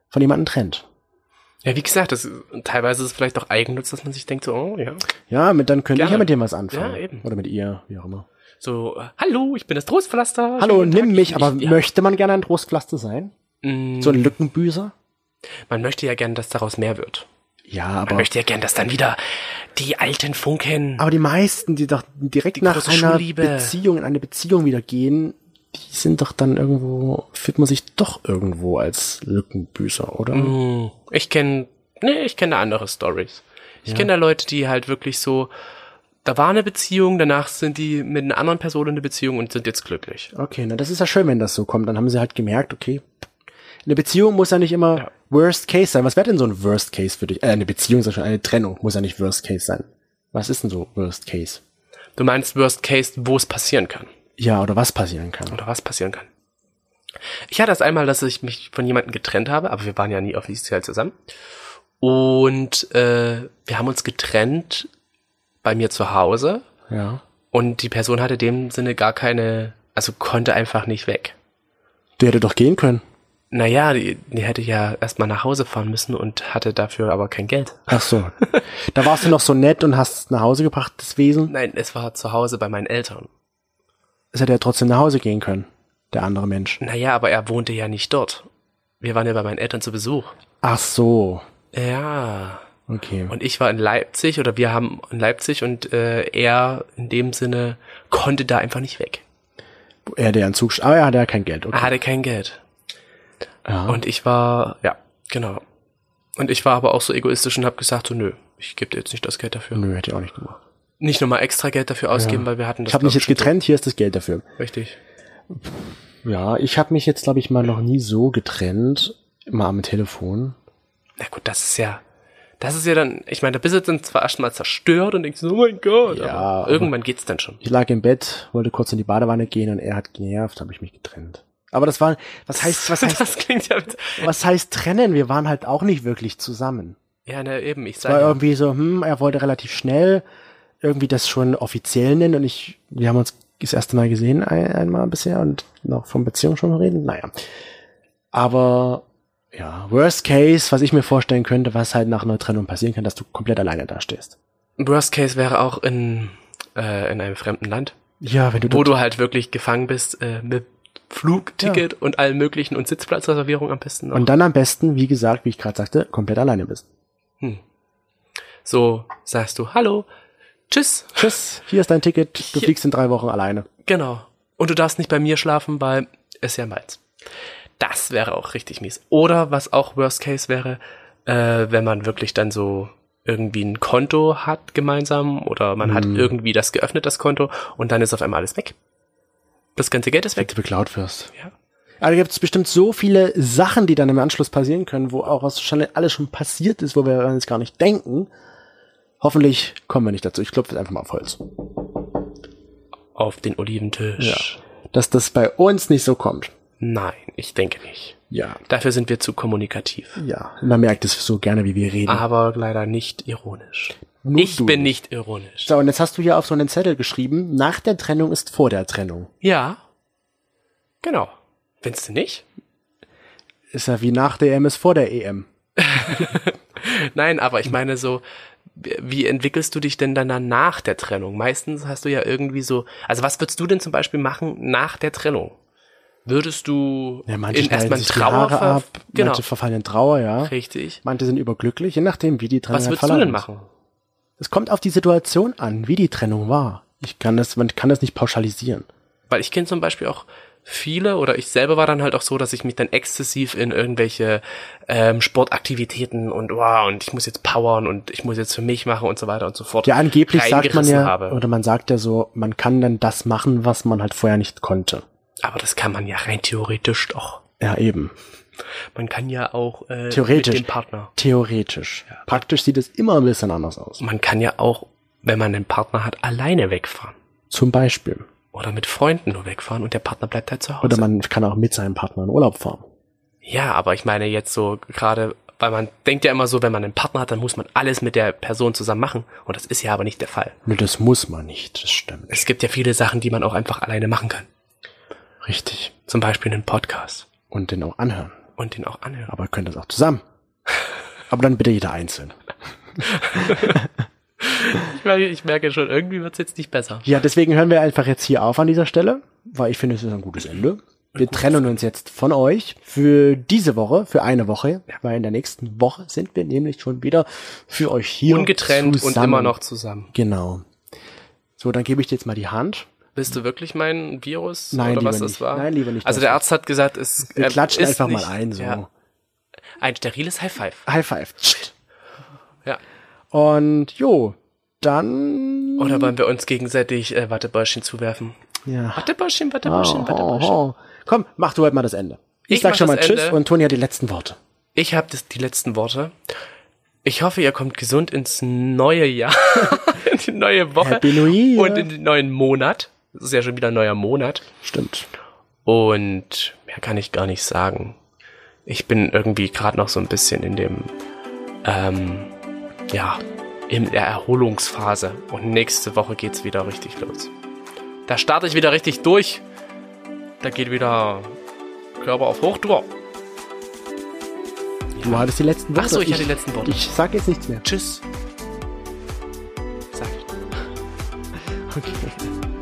Speaker 3: von jemandem trennt.
Speaker 2: Ja, wie gesagt, das, teilweise ist es vielleicht auch Eigennutz, dass man sich denkt so, oh ja.
Speaker 3: Ja, mit, dann könnte ich ja
Speaker 2: Gerne.
Speaker 3: mit dir was anfangen.
Speaker 2: Ja, eben.
Speaker 3: Oder mit ihr, wie auch immer.
Speaker 2: So, äh, hallo, ich bin das Trostpflaster.
Speaker 3: Hallo,
Speaker 2: Schönen
Speaker 3: nimm
Speaker 2: Tag.
Speaker 3: mich,
Speaker 2: Ich-
Speaker 3: aber
Speaker 2: ja.
Speaker 3: möchte man gerne ein Trostpflaster sein?
Speaker 2: Mm,
Speaker 3: So ein Lückenbüßer?
Speaker 2: Man möchte ja gern, dass daraus mehr wird.
Speaker 3: Ja,
Speaker 2: Man
Speaker 3: aber,
Speaker 2: möchte ja gern, dass dann wieder die alten Funken.
Speaker 3: aber die meisten, die doch direkt
Speaker 2: Die
Speaker 3: nach
Speaker 2: große
Speaker 3: einer
Speaker 2: Schulliebe.
Speaker 3: Beziehung in eine Beziehung wieder gehen, die sind doch dann irgendwo, fühlt man sich doch irgendwo als Lückenbüßer, oder?
Speaker 2: Mm, Ich kenne, nee, ich kenne da andere Stories. Ich kenne da Leute, die halt wirklich so, da war eine Beziehung, danach sind die mit einer anderen Person in eine Beziehung und sind jetzt glücklich.
Speaker 3: Okay, na, das ist ja schön, wenn das so kommt. Dann haben sie halt gemerkt, okay, eine Beziehung muss ja nicht immer Worst Case sein. Was wäre denn so ein Worst Case für dich? Äh, eine Beziehung ist ja schon eine Trennung, muss ja nicht Worst Case sein. Was ist denn so Worst Case?
Speaker 2: Du meinst Worst Case, wo es passieren kann
Speaker 3: Ja, oder was passieren kann.
Speaker 2: oder was passieren kann. Ich hatte das einmal, dass ich mich von jemandem getrennt habe, aber wir waren ja nie offiziell zusammen. Und äh, wir haben uns getrennt bei mir zu Hause
Speaker 3: Ja.
Speaker 2: und die Person hatte in dem Sinne gar keine, also konnte einfach nicht weg.
Speaker 3: Der hätte doch gehen können.
Speaker 2: Naja, die, die hätte ja erstmal nach Hause fahren müssen und hatte dafür aber kein Geld.
Speaker 3: Ach so. da warst du noch so nett und hast es nach Hause gebracht, das Wesen.
Speaker 2: Nein, es war zu Hause bei meinen Eltern.
Speaker 3: Es hätte ja trotzdem nach Hause gehen können, der andere Mensch.
Speaker 2: Naja, aber er wohnte ja nicht dort. Wir waren ja bei meinen Eltern zu Besuch.
Speaker 3: Ach so.
Speaker 2: Ja.
Speaker 3: Okay.
Speaker 2: Und ich war in Leipzig oder wir haben in Leipzig und äh, er in dem Sinne konnte da einfach nicht weg.
Speaker 3: er hätte ja einen Zug. Aber er hatte ja kein Geld.
Speaker 2: Er
Speaker 3: Okay.
Speaker 2: hatte kein Geld.
Speaker 3: Ja.
Speaker 2: Und ich war, ja, genau. Und ich war aber auch so egoistisch und habe gesagt, so nö, ich gebe dir jetzt nicht das Geld dafür.
Speaker 3: Nö, hätte ich auch nicht gemacht.
Speaker 2: Nicht nochmal extra Geld dafür ausgeben, weil wir hatten das.
Speaker 3: Ich habe mich
Speaker 2: glaub
Speaker 3: jetzt
Speaker 2: schon
Speaker 3: getrennt, hier ist das Geld dafür.
Speaker 2: so. Richtig.
Speaker 3: Ja, ich habe mich jetzt, glaube ich, mal noch nie so getrennt. Mal am Telefon.
Speaker 2: Na gut, das ist ja. Das ist ja dann, ich meine, da bist du dann zwar erstmal zerstört und denkst, oh mein Gott,
Speaker 3: Ja,
Speaker 2: aber
Speaker 3: aber-
Speaker 2: irgendwann geht's dann schon.
Speaker 3: Ich lag im Bett, wollte kurz in die Badewanne gehen und er hat genervt, habe ich mich getrennt. Aber das war, was
Speaker 2: *laughs*
Speaker 3: heißt, was heißt,
Speaker 2: das klingt ja mit,
Speaker 3: was heißt trennen? Wir waren halt auch nicht wirklich zusammen.
Speaker 2: Ja, ne, eben, ich
Speaker 3: war
Speaker 2: sage ja,
Speaker 3: irgendwie so, hm, er wollte relativ schnell irgendwie das schon offiziell nennen und ich, wir haben uns das erste Mal gesehen ein, einmal bisher und noch von Beziehung schon reden, naja. Aber ja, worst case, was ich mir vorstellen könnte, was halt nach einer Trennung passieren kann, dass du komplett alleine dastehst.
Speaker 2: Worst Case wäre auch in, äh, in einem fremden Land,
Speaker 3: Ja, wenn du,
Speaker 2: wo
Speaker 3: dort-
Speaker 2: du halt wirklich gefangen bist äh, mit Flugticket und allem möglichen und Sitzplatzreservierung am besten noch.
Speaker 3: und dann am besten, wie gesagt, wie ich gerade sagte, komplett alleine bist.
Speaker 2: so sagst du, hallo, tschüss,
Speaker 3: Tschüss, hier ist dein Ticket, du
Speaker 2: Hier-
Speaker 3: fliegst in drei Wochen alleine.
Speaker 2: genau. Und du darfst nicht bei mir schlafen, weil es ja meins. Das wäre auch richtig mies. Oder was auch Worst Case wäre, äh, wenn man wirklich dann so irgendwie ein Konto hat gemeinsam oder man hat irgendwie das geöffnet, das Konto, und dann ist auf einmal alles weg. Das ganze Geld ist weg.
Speaker 3: Du beklaut wirst.
Speaker 2: Ja.
Speaker 3: Aber da gibt es Also bestimmt so viele Sachen, die dann im Anschluss passieren können, wo auch was schon alles schon passiert ist, wo wir dann jetzt gar nicht denken. Hoffentlich kommen wir nicht dazu. Ich klopfe jetzt einfach mal auf Holz.
Speaker 2: auf den Oliventisch.
Speaker 3: dass das bei uns nicht so kommt.
Speaker 2: Nein, ich denke nicht.
Speaker 3: Ja.
Speaker 2: Dafür sind wir zu kommunikativ.
Speaker 3: Ja, man merkt es so gerne, wie wir reden.
Speaker 2: Aber leider nicht ironisch.
Speaker 3: Mhm. Nur
Speaker 2: Ah, ich
Speaker 3: du
Speaker 2: bin nicht ironisch.
Speaker 3: So, und jetzt hast du hier auf so einen Zettel geschrieben, nach der Trennung ist vor der Trennung.
Speaker 2: Ja. Genau. Findest du nicht?
Speaker 3: Ist ja wie nach der EM ist vor der E EM.
Speaker 2: Nein, aber
Speaker 3: Hm.
Speaker 2: ich meine so, wie entwickelst du dich denn dann nach der Trennung? Meistens hast du ja irgendwie so, also was würdest du denn zum Beispiel machen nach der Trennung? Würdest du
Speaker 3: Ja, manche
Speaker 2: in
Speaker 3: schneiden
Speaker 2: erstmal in
Speaker 3: sich die
Speaker 2: Trauer
Speaker 3: Haare
Speaker 2: ver-
Speaker 3: ab,
Speaker 2: Genau,
Speaker 3: manche verfallen in Trauer, ja.
Speaker 2: richtig.
Speaker 3: Manche sind überglücklich, je nachdem, wie die Trennung
Speaker 2: Was
Speaker 3: halt
Speaker 2: würdest du
Speaker 3: verlaufen
Speaker 2: denn
Speaker 3: ist.
Speaker 2: machen?
Speaker 3: Es kommt auf die Situation an, wie die Trennung war. Ich kann das, man kann das nicht pauschalisieren.
Speaker 2: Weil ich kenne zum Beispiel auch viele oder ich selber war dann halt auch so, dass ich mich dann exzessiv in irgendwelche ähm, Sportaktivitäten und wow, und ich muss jetzt powern und ich muss jetzt für mich machen und so weiter und so fort.
Speaker 3: Ja, angeblich sagt man
Speaker 2: reingerissen
Speaker 3: ja,
Speaker 2: habe.
Speaker 3: oder man sagt ja so, man kann dann das machen, was man halt vorher nicht konnte.
Speaker 2: Aber das kann man ja rein theoretisch doch.
Speaker 3: Ja, eben.
Speaker 2: Man kann ja auch äh,
Speaker 3: Theoretisch.
Speaker 2: mit Äh, dem Partner.
Speaker 3: Theoretisch. Praktisch sieht es immer ein bisschen anders aus.
Speaker 2: Man kann ja auch, wenn man einen Partner hat, alleine wegfahren.
Speaker 3: Zum Beispiel.
Speaker 2: Oder mit Freunden nur wegfahren und der Partner bleibt halt zu Hause.
Speaker 3: Oder man kann auch mit seinem Partner in Urlaub fahren.
Speaker 2: ja, aber ich meine jetzt so gerade, weil man denkt ja immer so, wenn man einen Partner hat, dann muss man alles mit der Person zusammen machen. Und das ist ja aber nicht der Fall.
Speaker 3: Nö, das muss man nicht, das stimmt.
Speaker 2: Es gibt ja viele Sachen, die man auch einfach alleine machen kann.
Speaker 3: Richtig.
Speaker 2: Zum Beispiel einen Podcast
Speaker 3: Und den auch anhören.
Speaker 2: und den auch anhören.
Speaker 3: Aber könnt das auch zusammen. Aber dann bitte jeder einzeln.
Speaker 2: Ich merke, ich merke schon, irgendwie wird's jetzt nicht besser.
Speaker 3: Ja, deswegen hören wir einfach jetzt hier auf an dieser Stelle, weil ich finde, es ist ein gutes Ende. Wir trennen uns jetzt von euch für diese Woche, für eine Woche, weil in der nächsten Woche sind wir nämlich schon wieder für euch hier.
Speaker 2: Ungetrennt und
Speaker 3: zusammen.
Speaker 2: immer noch zusammen.
Speaker 3: Genau. So, dann gebe ich dir jetzt mal die Hand.
Speaker 2: Bist du wirklich mein Virus
Speaker 3: Nein,
Speaker 2: oder was
Speaker 3: lieber
Speaker 2: das
Speaker 3: nicht.
Speaker 2: war?
Speaker 3: Nein, lieber nicht.
Speaker 2: Also der Arzt hat gesagt, es
Speaker 3: Wir
Speaker 2: äh,
Speaker 3: klatschen
Speaker 2: ist
Speaker 3: einfach
Speaker 2: nicht,
Speaker 3: mal ein, so.
Speaker 2: Ja, ein steriles High Five.
Speaker 3: High five. Tschst.
Speaker 2: Ja.
Speaker 3: Und jo, dann.
Speaker 2: Oder wollen wir uns gegenseitig äh, Wattebäuschen zuwerfen?
Speaker 3: Ja.
Speaker 2: Wattebäuschen,
Speaker 3: Oh,
Speaker 2: Wattebäuschen,
Speaker 3: oh,
Speaker 2: Wattebäuschen.
Speaker 3: oh. Komm, mach du heute mal das Ende. Ich,
Speaker 2: Ich
Speaker 3: sag
Speaker 2: mach
Speaker 3: schon mal
Speaker 2: das
Speaker 3: Tschüss
Speaker 2: Ende.
Speaker 3: und Toni hat die letzten Worte.
Speaker 2: Ich habe die letzten Worte. Ich hoffe, ihr kommt gesund ins neue Jahr, *laughs* in die neue Woche
Speaker 3: Happy New Year.
Speaker 2: und in den neuen Monat. Es ist ja schon wieder ein neuer Monat.
Speaker 3: Stimmt.
Speaker 2: Und mehr kann ich gar nicht sagen. Ich bin irgendwie gerade noch so ein bisschen in dem, ähm, ja, in der Erholungsphase. Und nächste Woche geht's wieder richtig los. Da starte ich wieder richtig durch. Da geht wieder Körper auf Hochtour.
Speaker 3: Du hattest die letzten Worte.
Speaker 2: Ach so, ich hatte die letzten Worte.
Speaker 3: Ich sag jetzt nichts mehr.
Speaker 2: Tschüss. Sagt.
Speaker 3: Okay.